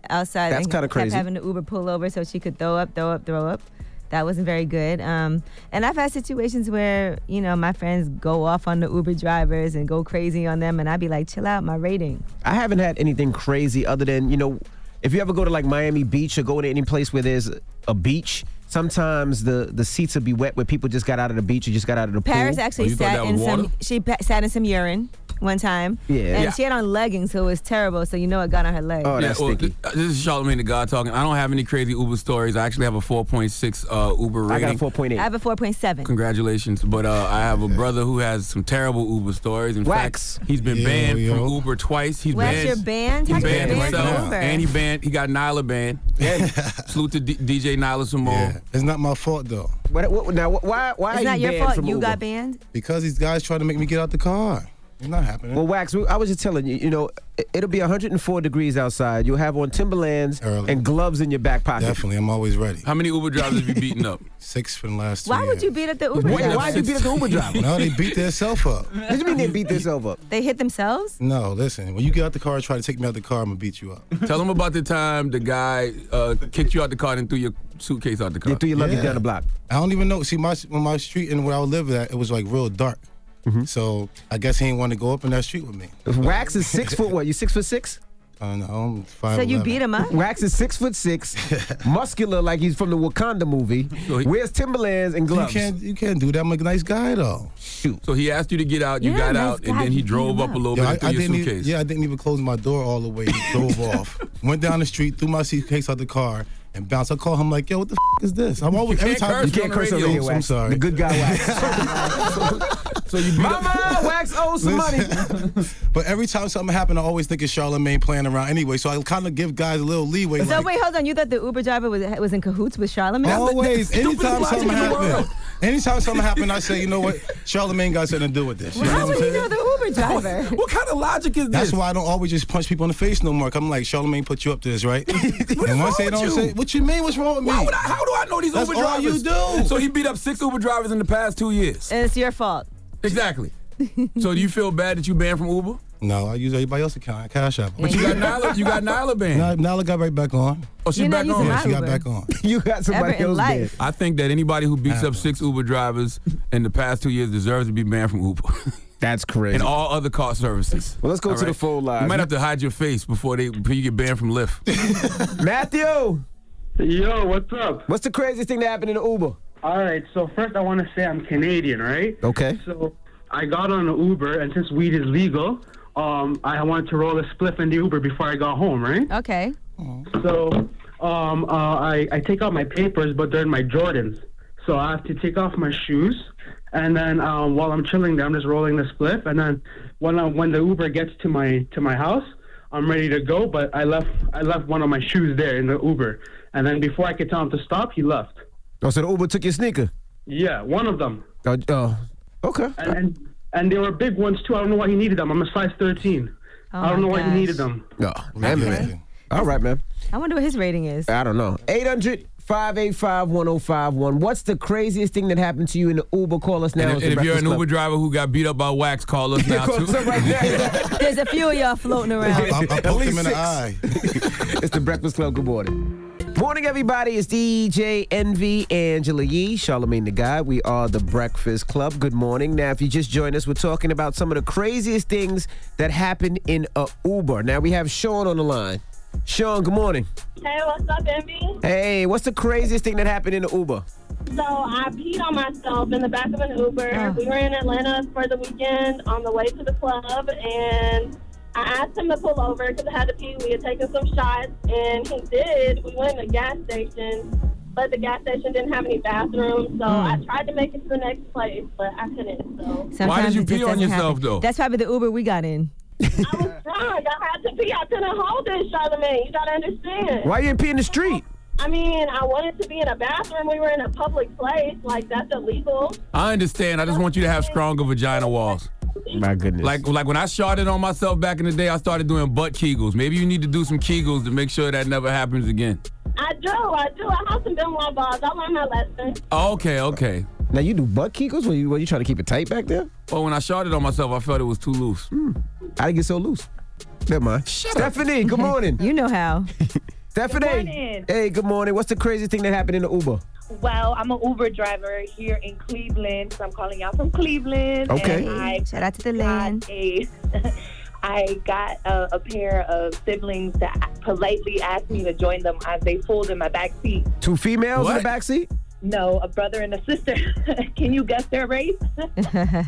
outside.
That's
and
kinda
kept
crazy.
Having the Uber pull over so she could throw up, throw up, throw up. That wasn't very good. Um, and I've had situations where you know my friends go off on the Uber drivers and go crazy on them, and I'd be like, "Chill out, my rating."
I haven't had anything crazy other than, you know, if you ever go to like Miami Beach or go to any place where there's a beach, sometimes the the seats would be wet where people just got out of the beach or just got out of the
Paris
pool. Oh,
Oh,
actually sat in some. She pa- sat in some urine one time.
Yeah. Oh,
And
Yeah.
she had on leggings, so it was terrible. So you know it got on her leg.
well, th- this is Charlemagne the God talking. I don't have any crazy Uber stories. I actually have a 4.6 uh, Uber rating.
I have a 4.7.
Congratulations, but uh, I have a brother who has some terrible Uber stories. In
Wax.
fact, he's been
Yo,
banned
yo.
from Uber twice. He's
Wax,
banned.
you're banned? How
He's
can you
banned
ban
himself,
Uber?
and he banned. He got Nyla banned. Salute to D- DJ Nyla some more.
It's not my fault though.
What, what, now, wh- why? Why
it's
are
not
you
your
banned
fault.
from
You
Uber?
got banned.
Because these guys try to make me get out the car. It's not happening.
Well, Wax, we- I was just telling you, you know, it- it'll be 104 degrees outside. You'll have on Timberlands and gloves in your back pocket.
Definitely, I'm always ready.
How many Uber drivers have you beaten up?
Six for the last two
Why would you beat up the Uber driver?
no, they beat themselves up.
What do you mean they beat themselves up?
They hit themselves?
No, listen. When you get out the car and try to take me out the car, I'm gonna beat you up.
Tell him about the time the guy uh, kicked you out the car and threw your suitcase out the car.
Yeah. I don't even know. See, my when my street and where I lived at, it was like real dark. So I guess he didn't want to go up in that street with me.
Mm-hmm. Wax is six foot what? You six foot six?
Uh, no, I'm five.
him up?
Wax is six foot six, muscular like he's from the Wakanda movie. Wears Timberlands and gloves.
You can't, you can't do that. I'm a nice guy though. Shoot.
So he asked you to get out, you
Yeah,
got
nice
out, and
guy,
then he
you
drove up a little bit and threw
I, I
your
didn't
suitcase.
even, yeah, I didn't even close my door all the way. He drove off, went down the street, threw my suitcase out the car, and bounced. I called him like, "Yo, what the f- is this?" I'm always
You
every
can't
time
curse You can't on the curse on radio, radio,
I'm
Wax.
sorry.
The good guy
So you
Mama, Wax owes some money.
but every time something happened, I always think it's Charlemagne playing around anyway. So I kind of give guys a little leeway.
So
like,
wait, hold on. You thought the Uber driver was, was in cahoots with Charlamagne?
Always, anytime something
happened.
happened, anytime something happened, I say, you know what, Charlemagne got something to do with this. You
Well,
know
how
what I'm
would he
saying?
know the Uber driver?
what kind of logic is
That's why I don't always just punch people in the face no more. 'cause I'm like, Charlemagne put you up to this, right? and once they
wrong
don't
with you?
say, what you mean? What's wrong with me?
Why would I, how do I know these
That's
Uber
all you
drivers?
do.
So he beat up six Uber drivers in the past two years.
And it's your fault.
Exactly. so do you feel bad that you banned from Uber?
No, I use everybody else's account, Cash App.
But you got Nyla, you got Nyla banned.
Nyla, Nyla got right back on.
Oh, she's You're not back using on. my
Yeah, she got
Uber.
back on.
you got
somebody Ever in else life. banned.
I think that anybody who beats up six Uber drivers in the past two years deserves to be banned from Uber.
That's crazy.
And all other car services.
Well, let's go
All
to the phone line.
You might have to hide your face before they before you get banned from Lyft.
Matthew.
Yo, what's up?
What's the craziest thing that happened in the Uber?
All right, so first I want to say I'm Canadian, right?
Okay.
So I got on an Uber, and since weed is legal, um, I wanted to roll a spliff in the Uber before I got home, right?
Okay.
So um, uh, I, I take out my papers, but they're in my Jordans. So I have to take off my shoes, and then um, while I'm chilling there, I'm just rolling the spliff. And then when I, when the Uber gets to my to my house, I'm ready to go, but I left I left one of my shoes there in the Uber, and then before I could tell him to stop, he left.
Oh, so the Uber took your sneaker.
Yeah, one of them.
Oh, oh. okay.
And, and and they were big ones too. I don't know why he needed them. I'm a size 13. I don't know why he needed them.
No, that man. All right, man.
I wonder what his rating is.
I don't know. 800 585 1051. What's the craziest thing that happened to you in the Uber? Call us now.
And,
It's
if-
the
and if you're
Breakfast
an
Club.
Uber driver who got beat up by wax, call us now too.
There's a few of y'all floating around.
At least six. it's the Breakfast Club. Good morning. Morning, everybody. It's DJ NV, Angela Yee, Charlemagne the Guy. We are the Breakfast Club. Good morning. Now, if you just joined us, we're talking about some of the craziest things that happened in a Uber. Now, we have Sean on the line. Sean, good morning.
Hey, what's up, MB?
Hey, what's the craziest thing that happened in the Uber?
So I peed on myself in the back of an Uber. We were in Atlanta for the weekend on the way to the club, and I asked him to pull over because I had to pee. We had taken some shots, and he did. We went to the gas station, but the gas station didn't have any bathrooms, so I tried to make it to the next place, but I couldn't. So
Sometimes
you
it just
pee on
doesn't
yourself,
happen.
though?
That's probably the Uber we got in.
drunk, I had to pee. I couldn't hold it, Charlamagne. You gotta understand.
Why you didn't pee in the street?
I mean, I wanted to be in a bathroom. We were in a public place. Like, that's illegal.
I understand. I just want you to have stronger vagina walls.
My goodness.
Like like when I sharded on myself back in the day, I started doing butt kegels. Maybe you need to do some kegels to make sure that never happens again.
I do, I do. I have some Benoit balls. I learned my lesson.
Oh, Okay, okay.
Now you do butt kegels? Were you were you trying to keep it tight back there?
Well, when I sharded on myself, I felt it was too loose.
How did it get so loose? Never mind. Stephanie, good morning.
you know how.
Stephanie.
Good morning.
Hey, good morning. What's the craziest thing that happened in the Uber?
Well, I'm an Uber driver here in Cleveland, so I'm calling out from Cleveland.
Okay.
And I
Shout out to the
got a, I got a, a pair of siblings that politely asked me to join them as they pulled in my back seat.
Two females in
What?
the backseat?
No, a brother and a sister. Can you guess their race?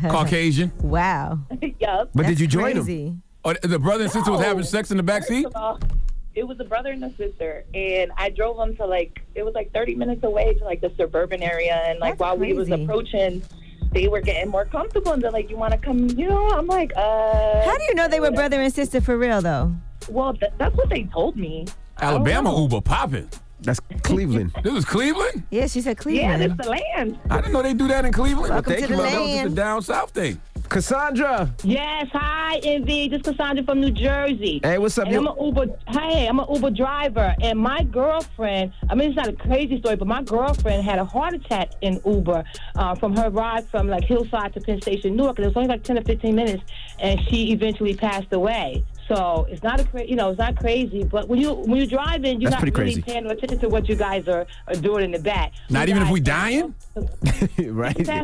Caucasian.
Wow.
yup.
But did you join them? Oh, th- the brother and sister was
No.
having sex in the back seat.
First of all, it was a brother and a sister, and I drove them to like it was like 30 minutes away to like the suburban area, and like while we was
crazy.
approaching, they were getting more comfortable, and they're like, "You want to come?" You know, I'm like, "Uh."
How do you know they were brother and sister for real though?
Well, th- that's what they told me.
Alabama
Oh.
Uber popping.
That's Cleveland.
this is Cleveland.
Yeah, she said
Yeah,
Cleveland.
it's the land.
I didn't know they do that in Cleveland.
Welcome
Thank
to
you,
the
mother. That was just a
land.
down south thing.
Cassandra.
Yes, hi, NV. This is Cassandra from New Jersey.
Hey, what's up,
And
yo-
I'm an Uber. Hey, I'm an Uber driver, and my girlfriend. I mean, it's not a crazy story, but my girlfriend had a heart attack in Uber uh, from her ride from like Hillside to Penn Station, Newark, and it was only like ten or fifteen minutes, and she eventually passed away. So it's not a cra- you know it's not crazy, but when you when you're driving, you're
That's
not
pretty
really
crazy.
paying no attention to what you guys are, are doing in the back.
Not
You
even if
guys-
we dying.
Pass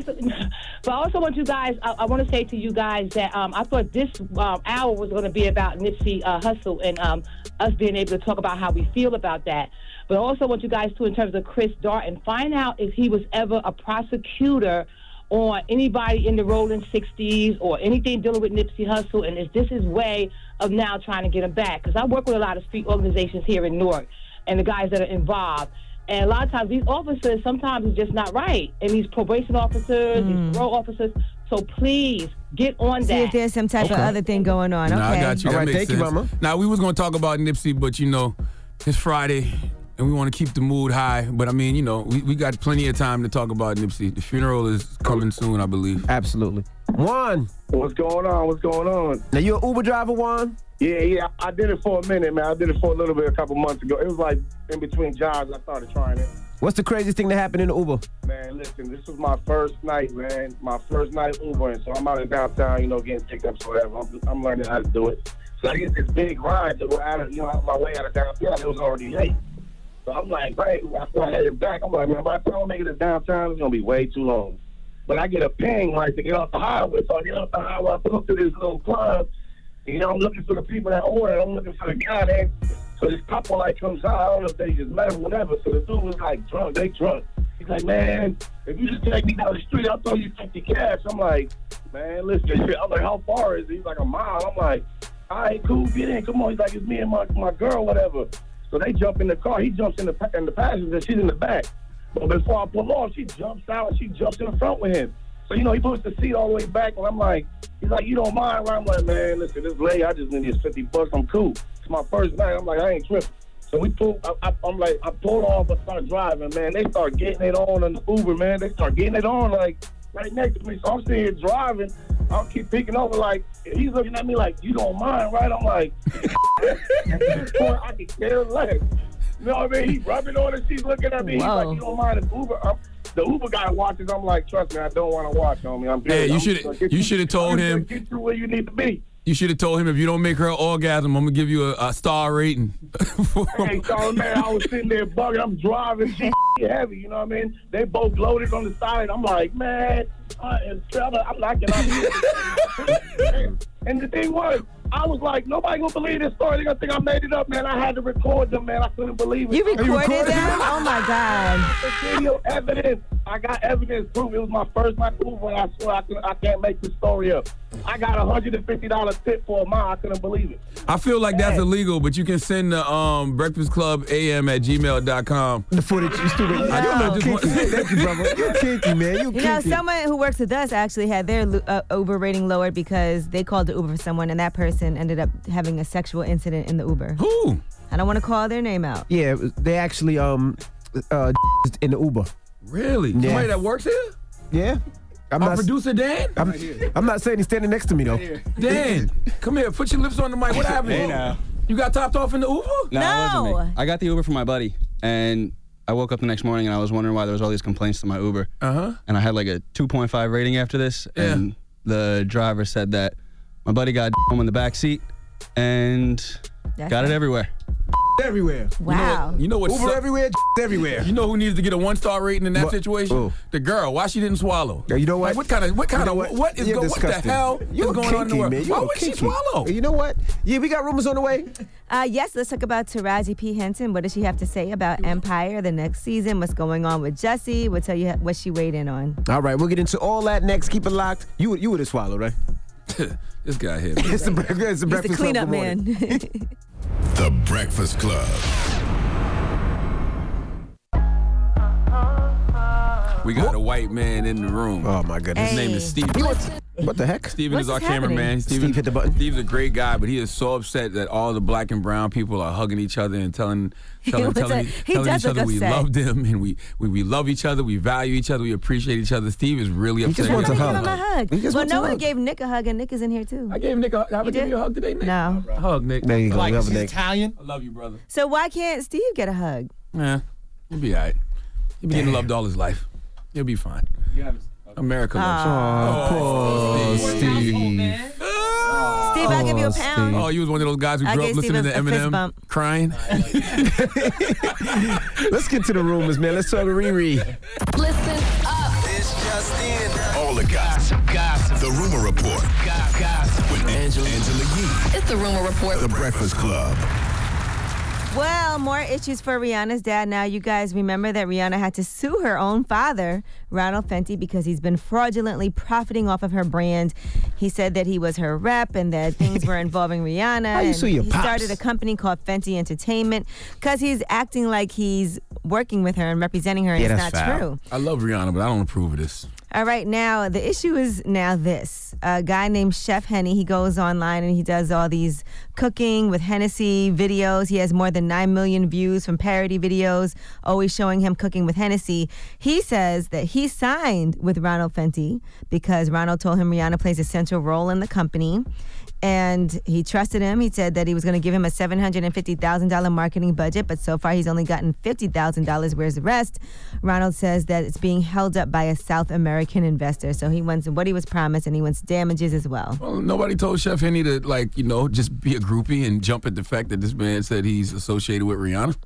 it. But I also want you guys. I, I want to say to you guys that um, I thought this um, hour was going to be about Nipsey uh, Hustle and um, us being able to talk about how we feel about that. But I also want you guys to, in terms of Chris Darton, find out if he was ever a prosecutor on anybody in the Rolling 60s or anything dealing with Nipsey Hussle, and is this his way of now trying to get him back? Because I work with a lot of street organizations here in Newark and the guys that are involved. And a lot of times, these officers sometimes it's just not right. And these probation officers, these parole officers. So please get on
Mm. See
that.
if there's some type of
Okay.
other thing going on.
Nah,
okay.
I got you. That makes sense. Now we was gonna talk about Nipsey, but you know, it's Friday, and we want to keep the mood high. But I mean, you know, we, we got plenty of time to talk about Nipsey. The funeral is coming soon, I believe.
Absolutely. Juan.
What's going on? What's going on?
Now you an Uber driver, Juan?
Yeah, yeah. I I did it for a minute, man. I did it for a little bit a couple months ago. It was like in between jobs, I started trying it.
What's the craziest thing that happened in the Uber?
Man, listen, this was my first night, man. My first night Ubering, so I'm out in downtown, you know, getting picked up, so whatever. I'm, I'm learning how to do it. So I get this big ride to go out of, you know, out my way out of downtown. It was already late. So I'm like, right, after I headed back, I'm like, man, by the time I make it to downtown, it's gonna be way too long. But I get a ping like to get off the highway. So I get off the highway, I pull up to this little club. You know, I'm looking for the people that ordered. I'm looking for the guy that. So this couple like comes out. I don't know if they just met him, whatever. So the dude was like drunk. They drunk. He's like, man, if you just take me down the street, I'll throw you 50 cash. I'm like, man, listen. I'm like, how far is it? He's like, a mile. I'm like, all right, cool, get in. Come on. He's like, it's me and my, my girl, whatever. So they jump in the car. He jumps in the, pa- in the passenger. She's in the back. But before I pull off, she jumps out and she jumps in front with him. So, you know, he puts the seat all the way back, and I'm like, he's like, you don't mind? I'm like, man, listen, this lady, I just need this 50 bucks. I'm cool. It's my first night. I'm like, I ain't tripping. So we pull, I, I, I'm like, I pull off, I start driving, man. They start getting it on in the Uber, man. They start getting it on, like, right next to me. So I'm sitting here driving. I'll keep picking over, like, he's looking at me like, you don't mind, right? I'm like, at this point, I can care less. You know what I mean? He rubbing on it. She's looking at me. He's
Whoa.
like, you don't mind if Uber. I'm, the Uber guy watches. I'm like, trust me, I don't want to watch on me. I'm
Yeah,
good.
you
I'm
should
gonna
have
get
you should have
I'm
told
gonna
him.
Get you where you need to be.
You should have told him if you don't make her orgasm, I'm gonna give you a, a star rating.
hey, so man, I was sitting there bugging. I'm driving. She heavy. You know what I mean? They both loaded on the side. I'm like, man, I am Trevor. I'm not gonna. and the thing was, I was like, nobody gonna believe this story. They gonna think I made it up, man. I had to record them, man. I couldn't believe it.
You recorded them? Oh my
god! Video evidence. I got evidence proof. It was my first night Uber, and I swear I, can, I can't make this story up. I got a hundred and fifty dollar tip for a mile. I couldn't believe it.
I feel like that's illegal, but you can send the um, Breakfast Club AM at gmail.com. The footage, you stupid. I don't know. Just one-
Thank you, brother. You kinky, man. You
You
kinky.
know, someone who works with us actually had their lu- uh, Uber rating lowered because they called the Uber for someone, and that person ended up having a sexual incident in the Uber.
Who?
I don't want to call their name out.
Yeah, it was- they actually um uh in the Uber.
Really?
Yeah.
Somebody that works here?
Yeah. I'm
Our
not,
producer Dan?
I'm, I'm not saying he's standing next to me though.
Dan, come here. Put your lips on the mic. What happened?
Hey, now.
You got topped off in the Uber?
No, it wasn't me. I got the Uber from my buddy, and I woke up the next morning and I was wondering why there was all these complaints to my Uber.
Uh huh.
And I had like a 2.5 rating after this, and the driver said that my buddy got home in the back seat and
That's
got it
it.
everywhere.
everywhere.
You know, you know what?
Uber
suck-
everywhere, everywhere.
You know who needs to get a one star rating in that
What?
situation?
Who?
The girl. Why she didn't swallow?
Yeah, you know what?
Like, what kind of? What kind
You know
of? What is
You're
going? What the
disgusting.
hell
You're
is going on in the
kinky,
world?
man. You're
Why would she
kinky.
swallow?
You know what? Yeah, we got rumors on the way.
Uh, yes, let's talk about Taraji P. Henson. What does she have to say about Empire, the next season? What's going on with Jesse? We'll tell you what she weighed in on.
All right, we'll get into all that next. Keep it locked. You would- you would have swallowed, right?
this guy here.
it's the breakfast. It's the
He's the
breakfast Club.
cleanup
Good morning.
man.
The Breakfast Club.
We got a white man in the room. Oh my goodness. His name is Steve.
What the heck?
Steven is our cameraman. Steven,
Steve hit the button.
Steve's a great guy, but he is so upset that all the black and brown people are hugging each other and telling telling,
was
telling, e-,
a- he
telling
does
each other
look
we
upset.
love them and we, we we love each other, we value each other, we appreciate each other. Steve is really upset.
Why don't you give him a
He
hug?
just
Well,
wants a
no one
hug.
gave Nick a hug, and Nick is in here too. I
gave Nick a hug. Have
I give you a
hug today, Nick?
No.
Hug, Nick.
There you go. we have a Nick.
Italian. I love you, brother.
So why can't Steve get a hug?
Yeah, he'll be all right. He'll be getting loved all his life. He'll be fine. America loves him. Oh, poor Steve.
Steve, I'll give you a pound.
Oh, you was one of those guys who
I
grew up
gave Steve
listening to
a- a fist
Eminem
bump.
crying.
Let's get to the rumors, man. Let's talk to Riri.
Listen up. It's just in. All the gossip. Gossip. The rumor report. Gossip. With Angela. Angela Yee.
It's the rumor report.
The Breakfast Club.
Well, more issues for Rihanna's dad now. You guys remember that Rihanna had to sue her own father, Ronald Fenty, because he's been fraudulently profiting off of her brand. He said that he was her rep and that things were involving Rihanna.
How you
and
sue your
he
pops?
started a company called Fenty Entertainment because he's acting like he's working with her and representing her, and it's not
foul.
true.
I love Rihanna, but I don't approve of this.
All right, now the issue is now this. A guy named Chef Henny, he goes online and he does all these cooking with Hennessy videos. He has more than 9 million views from parody videos, always showing him cooking with Hennessy. He says that he signed with Ronald Fenty because Ronald told him Rihanna plays a central role in the company. And he trusted him. He said that he was going to give him a $750,000 marketing budget, but so far he's only gotten $50,000. Where's the rest? Ronald says that it's being held up by a South American investor. So he wants what he was promised and he wants damages as well.
Well, nobody told Chef Henny to like, you know, just be a groupie and jump at the fact that this man said he's associated with Rihanna.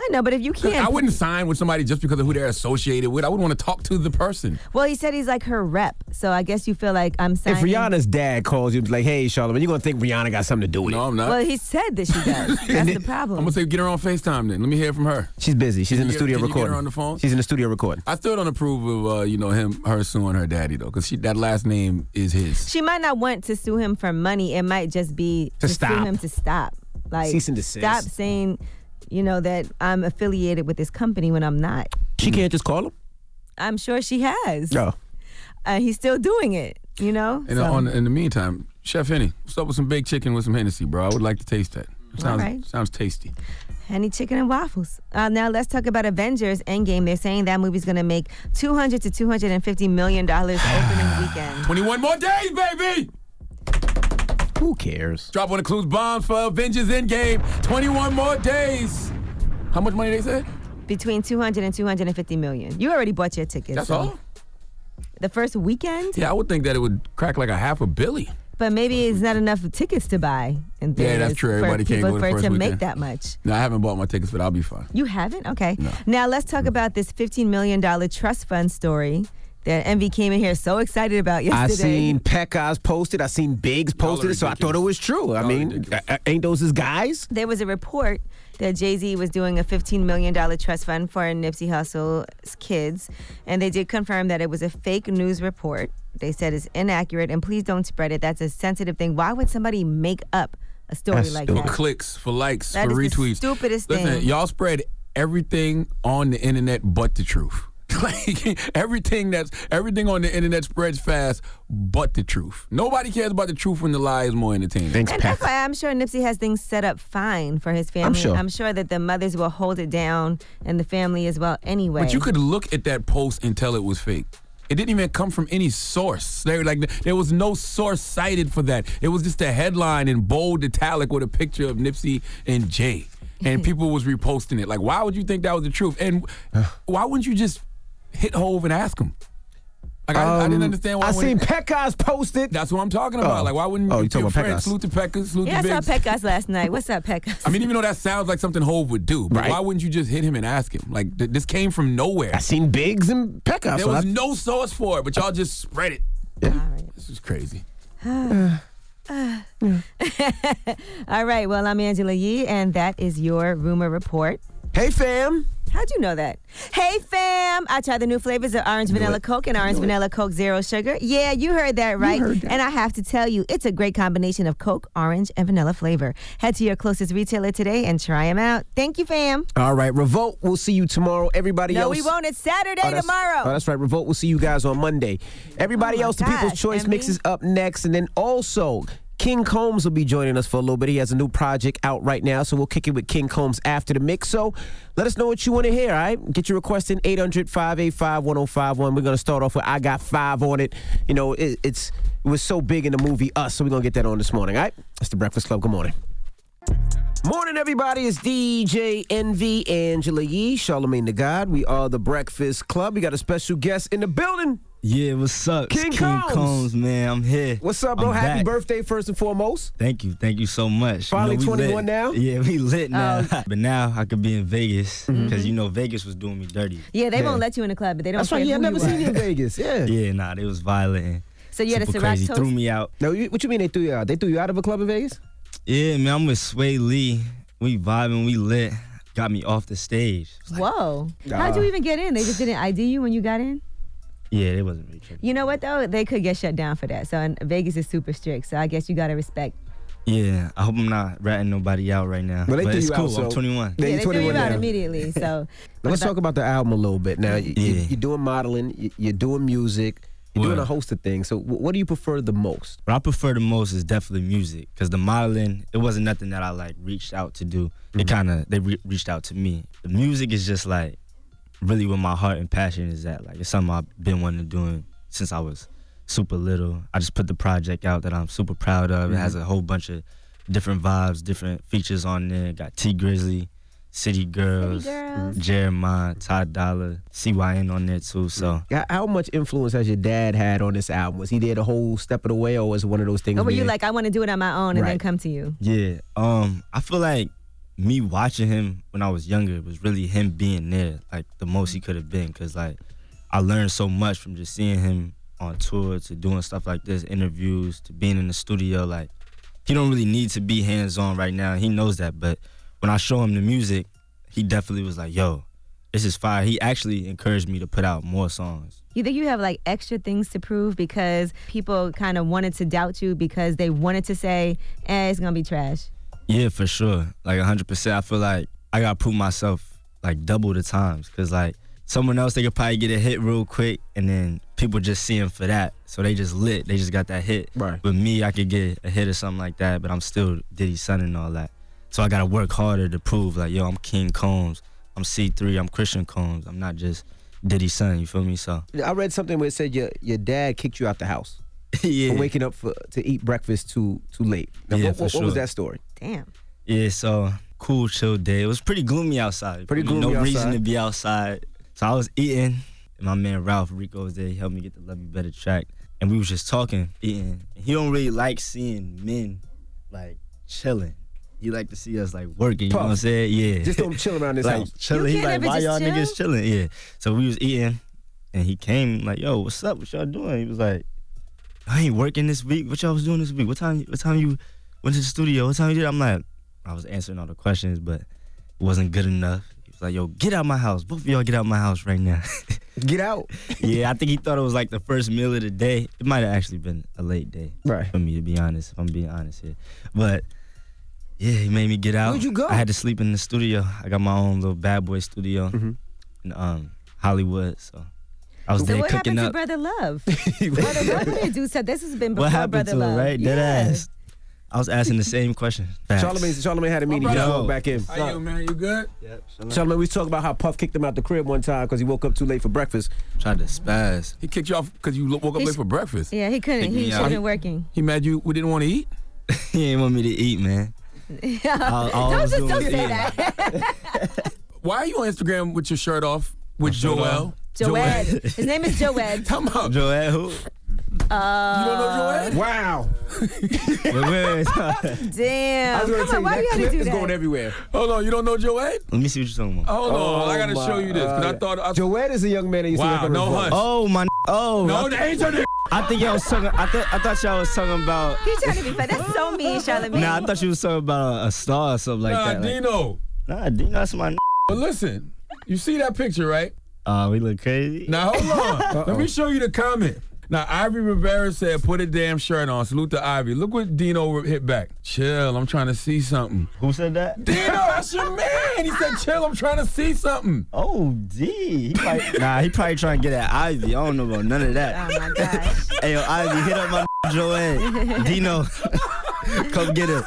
I know, but if you can't.
I wouldn't sign with somebody just because of who they're associated with. I would want to talk to the person.
Well, he said he's like her rep. So I guess you feel like I'm
If
signing.
Rihanna's dad calls you, like, hey, Charlamagne, you're going to think Rihanna got something to do with it. No,
I'm
Well, he said that she does. That's the problem.
I'm gonna say get her on Facetime then. Let me hear from her.
She's busy. She's
Can
in the
you get-
studio
can you get her
recording.
on the phone?
She's in the studio recording.
I still don't approve of uh, you know him her suing her daddy though, because that last name is his.
She might not want to sue him for money. It might just be
To
to, sue
stop.
him to stop. Like
Cease and desist.
Stop saying, you know, that I'm affiliated with this company when I'm not.
She can't just call him?
I'm sure she has.
No.
And he's still doing it, you know?
And uh,
So-
on, in the meantime, Chef Henny, what's up with some baked chicken with some Hennessy, bro? I would like to taste that. Sounds
right.
sounds tasty.
Honey chicken and waffles. Uh, now let's talk about Avengers Endgame. They're saying that movie's going to make 200 to 250 million dollars opening weekend.
21 more days, baby!
Who cares?
Drop one of Clues bombs for Avengers Endgame. 21 more days. How much money they said?
Between 200 and 250 million. You already bought your tickets.
That's
so-
all?
The first weekend?
Yeah, I would think that it would crack like a half a billion.
But maybe it's not enough tickets to buy. In
Yeah,
theaters
that's true.
for
Everybody can't
people
go the
for it
first
to make
weekend.
that much.
No, I haven't bought my tickets, but I'll be fine.
You haven't? Okay. Now let's
Mm.
talk about this $15 million trust fund story that Envy came in here so excited about yesterday.
I seen Pekka's posted. I seen Biggs posted it, so I thought it was true. I mean, a- a- ain't those his guys?
There was a report that Jay Z was doing a $15 million trust fund for Nipsey Hussle's kids, and they did confirm that it was a fake news report. They said it's inaccurate, and please don't spread it. That's a sensitive thing. Why would somebody make up a story like
for
that?
clicks, for likes,
That
for
is the
retweets.
stupidest
Listen,
thing.
y'all spread everything on the internet but the truth. like everything that's everything on the internet spreads fast but the truth. Nobody cares about the truth when the lie is more entertaining.
Thanks,
And that's why I'm sure Nipsey has things set up fine for his family.
sure.
that the mothers will hold it down and the family as well anyway.
But you could look at that post and tell it was fake. It didn't even come from any source. There, like, there was no source cited for that. It was just a headline in bold italic with a picture of Nipsey and Jay, and people was reposting it. Like, why would you think that was the truth? And why wouldn't you just hit Hove and ask him? Like, I, I didn't
Um,
understand why.
I
when-
seen Pekka's posted.
That's what I'm talking about.
Oh.
Like, why wouldn't
Oh,
you,
you talking
your
about
friend
Pekka's.
salute to Pekka, salute
Yeah, I
to
saw
Biggs?
Pekka's last night. What's up, Pekka's?
I mean, even though that sounds like something Hove would do, but
Right.
why wouldn't you just hit him and ask him? Like, th- this came from nowhere. I
seen Biggs and Pekka.
There
so
was
I-
no source for it, but y'all just spread it. This is crazy.
All right. Well, I'm Angela Yee, and that is your rumor report.
Hey, fam.
How'd you know that? Hey, fam. I tried the new flavors of orange vanilla Coke and orange vanilla Coke Zero Sugar. Yeah, you heard that right. And I have to tell you, it's a great combination of Coke, orange, and vanilla flavor. Head to your closest retailer today and try them out. Thank you, fam.
All right, Revolt. We'll see you tomorrow. Everybody
no,
else.
we won't. It's Saturday
Oh, that's-
tomorrow.
Oh, that's right. Revolt. We'll see you guys on Monday. Everybody
Oh my
else, the People's
gosh,
Choice
MB.
Mix is up next. And then also, King Combs will be joining us for a little bit. He has a new project out right now, so we'll kick it with King Combs after the mix. So let us know what you want to hear, all right? Get your request in 800 585 1051. We're going to start off with I Got Five on it. You know, it, it's, it was so big in the movie Us, so we're going to get that on this morning, all right? That's the Breakfast Club. Good morning. Morning, everybody. It's DJ NV, Angela Yee, Charlemagne the God. We are the Breakfast Club. We got a special guest in the building.
Yeah, what's up? It's
King
King
Combs.
Combs. man. I'm here.
What's up, bro?
I'm
Happy
back.
birthday, first and foremost.
Thank you. Thank you so much.
Finally
we
21
lit.
now?
Yeah, we lit now.
Oh.
but now I could be in Vegas because, you know, Vegas was doing me dirty.
Mm-hmm. yeah, they won't let you in the club, but they don't
That's
care
right, yeah,
who
I never
you
seen
are.
you.
In Vegas, yeah.
Yeah, nah, they was violating.
So you had a
Super
Ciroc
crazy.
toast?
Threw me out.
No, you, what you mean they threw you out? They threw you out of a club in Vegas?
Yeah, man, I'm with Sway Lee. We vibing, we lit. Got me off the stage.
Whoa. How'd you
Nah.
even get in? They just didn't ID you when you got in?
Yeah, it wasn't me.
You know what though? They could get shut down for that. So and Vegas is super strict. So I guess you gotta respect.
Yeah, I hope I'm not ratting nobody out right now.
Well, they
but
threw
it's
you
cool.
out, so-
I'm 21.
Yeah, Yeah,
They
you're
threw you
21
out
now.
immediately. So
Let's talk about the album a little bit now. You, you- you're doing modeling, you- you're doing music, you're doing
Word.
a host of things. So, wh- what do you prefer the most?
What I prefer the most is definitely music, cause the modeling it wasn't nothing that I like reached out to do. It
Mm-hmm.
kind of they re- reached out to me. The music is just like really where my heart and passion is at. Like it's something I've been wanting to do since I was super little. I just put the project out that I'm super proud of. It has
Mm-hmm.
Mhm.
a whole bunch of different vibes, different features on there. Got T Grizzly, City Girls,
Girls.
Jeremiah, Todd Dollar, CYN on there too. So.
How- How much influence has your dad had on this album? Was he there the whole step of the way, or was it one of those things?
or Oh, were
Yeah.
you like, I wanna do it on my own and then
Right.
come to you?
Yeah. Um, I feel like me watching him when I was younger was really him being there, like the most he could have been, cause like I learned so much from just seeing him on tour to doing stuff like this, interviews to being in the studio. Like he don't really need to be hands on right now. He knows that, but when I show him the music, he definitely was like, "Yo, this is fire." He actually encouraged me to put out more songs.
You think you have like extra things to prove because people kind of wanted to doubt you because they wanted to say, eh, it's gonna be trash.
Yeah, for sure. Like 100%. I feel like I got to prove myself like double the times because, like, someone else, they could probably get a hit real quick and then people just see him for that. So they just lit. They just got that hit. Right. But me, I could get a hit or something like that, but I'm still Diddy's son and all that. So I got to work harder to prove, like, yo, I'm King Combs. I'm C3. I'm Christian Combs. I'm not just Diddy's son. You feel me? So,
I read something where it said your your dad kicked you out the house
yeah.
for waking up for, to eat breakfast too too late. Now,
Yeah,
what,
for
what- what was
sure.
that story?
Damn.
Yeah, so cool, chill day. It was pretty gloomy outside.
Pretty
I mean,
gloomy
No reason
outside.
to be outside. So I was eating, and my man Ralph Rico was there. He helped me get the Love You Better track, and we was just talking, eating. And he don't really like seeing men like chilling. He like to see us like working. You know what I'm
Puff.
saying? Yeah.
Just don't chill around this
like,
house.
Chilling.
You
He
can't
like,
ever
why
just
y'all
chill?"
niggas chilling? Yeah. So we was eating, and he came like, yo, what's up? What y'all doing? He was like. I ain't working this week. What y'all was doing this week? What time? What time you went to the studio? What time you did? I'm like, I was answering all the questions, but it wasn't good enough. He was like, Yo, get out my house. Both of y'all get out my house right now.
get out.
yeah, I think he thought it was like the first meal of the day. It might have actually been a late day, right? For me to be honest, if I'm being honest here, but. Yeah, he made me get out.
Where'd you go?
I had to sleep in the studio. I got my own little bad boy studio
Mm-hmm.
in um, Hollywood. So I was
so
there
what
cooking
happened
up.
to Brother Love? Brother Love didn't do so. This has been before
What happened
Brother
to
Love.
it, right? Dead ass. I was asking the same question. Facts.
Charlemagne Charlemagne had a meeting.
brother-
Yo, back in.
How you, man? You good? Yep.
Charlemagne, we was talking about how Puff kicked him out the crib one time because he woke up too late for breakfast.
Tried to spaz.
He kicked you off because you lo- woke up
He's-
late for breakfast.
Yeah, he couldn't.
Take
He
me
should have
out.
been working.
He mad you we didn't want to eat?
he ain't want me to eat, man. I'll- I'll
don't
always
just
do
don't
it.
say that.
Why are you on Instagram with your shirt off with
shirt
Joel?
off.
Joed. His name is Joed.
Come on.
Joel, who?
Uh,
Wow.
Wait, wait, wait.
Damn. Come on, why you had to do that?
everywhere. Hold on, you don't know Joed?
Let me see what you're talking about.
Oh, Hold on, I gotta show you this. 'cause I thought I,
Joed is a young man. That used to work
Wow,
on
no
his boat.
hunch.
Oh my. Oh.
No,
I-
that ain't your nigga.
I think y'all was talking. I thought I thought y'all was talking about.
He's trying to be funny. That's so mean, Charlamagne.
Nah, I thought you was talking about a, a star or something like
nah,
that. like-
Dino.
nah, Dino, that's my.
But listen, you see that picture, right?
Uh, we look crazy.
Now hold on. Let me show you the comment. Now Ivory Rivera said, "Put a damn shirt on." Salute to Ivy. Look what Dino hit back. Chill. I'm trying to see something.
Who said that?
Dino, that's your man. He said, "Chill. I'm trying to see something."
Oh, D. He probably, nah, he probably trying to get at Ivy. I don't know about none of that.
Oh my gosh.
hey, yo, Ivy, hit up my Joanne. Dino, come get him.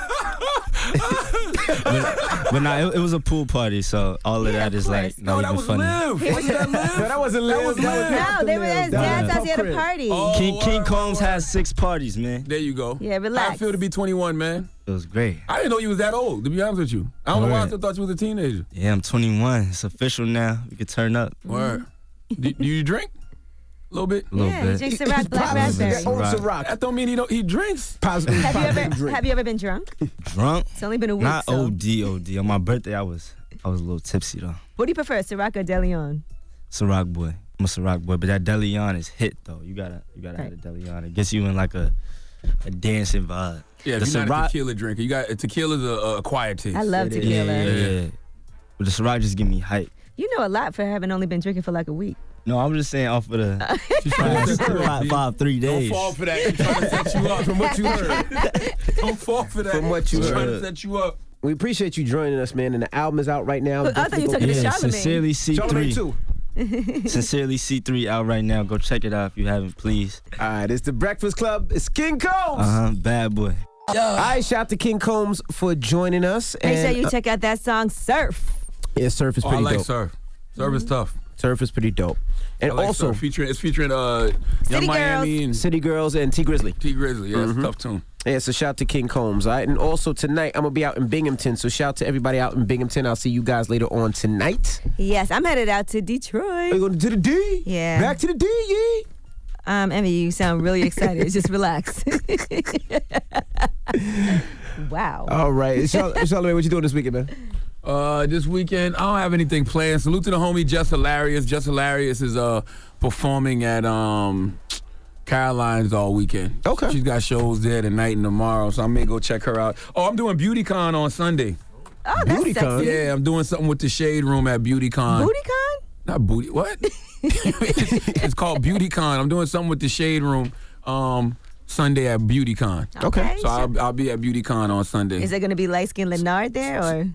but, but nah, it, it was a pool party, so all of that is like not even funny.
No, that wasn't live. That was
No, they were at
Nah.
dad's house. He had a party.
Oh,
King, King Combs has six parties, man.
There you go.
Yeah, relax.
I feel to be 21, man.
It was great.
I didn't know you was that old. To be honest with you, I don't know why I
Word.
still thought you was a teenager.
Yeah, I'm 21. It's official now. We could turn up.
Word. do, do you drink? A little bit.
A little bit.
Ciroc, black
Pops-
raspberry.
Ciroc.
That don't mean he don't. He drinks.
Have you ever have you ever been drunk?
Drunk.
It's only been a week.
Not
so.
OD, OD. On my birthday, I was I was a little tipsy though.
What do you prefer, Ciroc or DeLeon?
Ciroc boy. I'm a Ciroc boy, but that Deleon is hit though. You gotta you gotta have a Deleon. It gets you in like a a dancing vibe.
Yeah,
the
if you're not a
Ciroc-
tequila drinker, you got tequila's a, a quiet taste.
I love
yeah,
tequila.
Yeah, yeah, yeah. But the Ciroc just give me hype.
You know a lot for having only been drinking for like a week.
No, I'm just saying off of the five, five, three days.
Don't fall for that. He's trying to set you up from what you heard. Don't fall for that.
From what you
He's trying to
heard.
set you up.
We appreciate you joining us, man. And the album is out right now.
I thought you were talking to
Yeah,
Charlamagne.
sincerely C3.
Charlamagne too.
Sincerely, C3 out right now. Go check it out if you haven't, please.
All right, it's the Breakfast Club. It's King Combs.
Uh huh. Bad boy.
All right, shout out to King Combs for joining us.
Make sure
and,
you
uh,
check out that song Surf.
yeah, Surf is
Oh, I
pretty
like
dope.
Surf. Surf
Mm-hmm.
is tough.
Surf is pretty dope. And
I like
also,
Surf. featuring it's featuring uh Young Miami and
City Girls and T Grizzly. Mm-hmm.
T Grizzly. Yeah, it's a tough tune.
Yeah, so shout out to King Combs, all right? And also tonight, I'm going to be out in Binghamton. So shout out to everybody out in Binghamton. I'll see you guys later on tonight.
Yes, I'm headed out to
We're
Detroit.
going to the D.
Yeah.
Back to the D, yee.
Um, Emmy, you sound really excited. Just relax. wow.
All right. Char- Charlamagne, what you doing this weekend, man?
Uh, this weekend, I don't have anything planned. Salute to the homie Just Hilarious. Just Hilarious is uh performing at um Caroline's all weekend. Okay. She's got shows there tonight and tomorrow, so I may go check her out. Oh, I'm doing BeautyCon on Sunday.
Oh, that's sexy.
Yeah, I'm doing something with the Shade Room at BeautyCon.
BootyCon?
Not booty. What? it's called BeautyCon. I'm doing something with the Shade Room um Sunday at BeautyCon.
Okay.
So I'll, I'll be at BeautyCon on Sunday.
Is there gonna be light skinned Leonard there or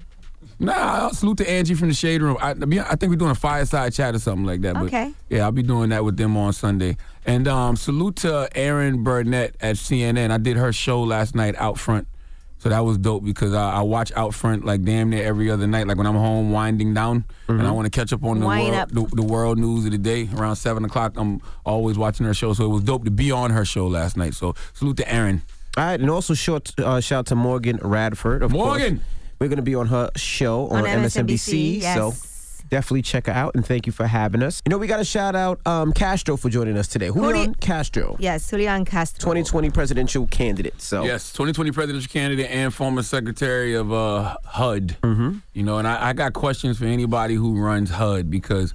Nah, I'll salute to Angie from the Shade Room. I, I mean, I think we're doing a fireside chat or something like that. But
Okay.
Yeah, I'll be doing that with them on Sunday. And um, salute to Erin Burnett at CNN. I did her show last night out front. So that was dope because I, I watch out front like damn near every other night. Like when I'm home winding down and I
Mm-hmm.
want to catch up on the
Wind
world,
up.
the, the world news of the day around 7 o'clock, I'm always watching her show. So it was dope to be on her show last night. So salute to Erin.
All right. And also short, uh, shout out to Morgan Radford, of
Morgan!
course. We're going to be on her show
On
on,
MSNBC,
MSNBC. So definitely check her out and thank you for having us. You know, we got to shout out um, Castro for joining us today. Julian Castro,
yes, Julian Castro.
2020 presidential candidate. So
Yes, 2020 presidential candidate and former secretary of uh, HUD. Mm-hmm. You know, and I, I got questions for anybody who runs HUD because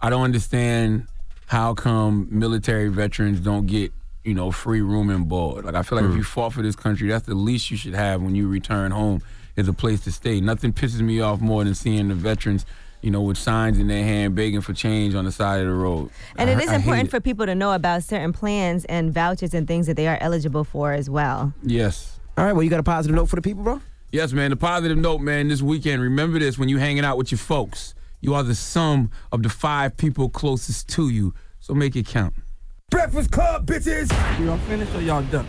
I don't understand how come military veterans don't get you know free room and board. Like I feel like if you fought for this country, that's the least you should have when you return home is a place to stay. Nothing pisses me off more than seeing the veterans. You know, with signs in their hand begging for change on the side of the road.
And it
I-
is
I hate
important
it.
for people to know about certain plans and vouchers and things that they are eligible for as well.
Yes.
All right. Well, you got a positive note for the people, bro?
Yes, man. The positive note, man. This weekend, remember this when you hanging out with your folks. You are the sum of the five people closest to you. So make it count.
Breakfast Club, bitches. Y'all finished or y'all done?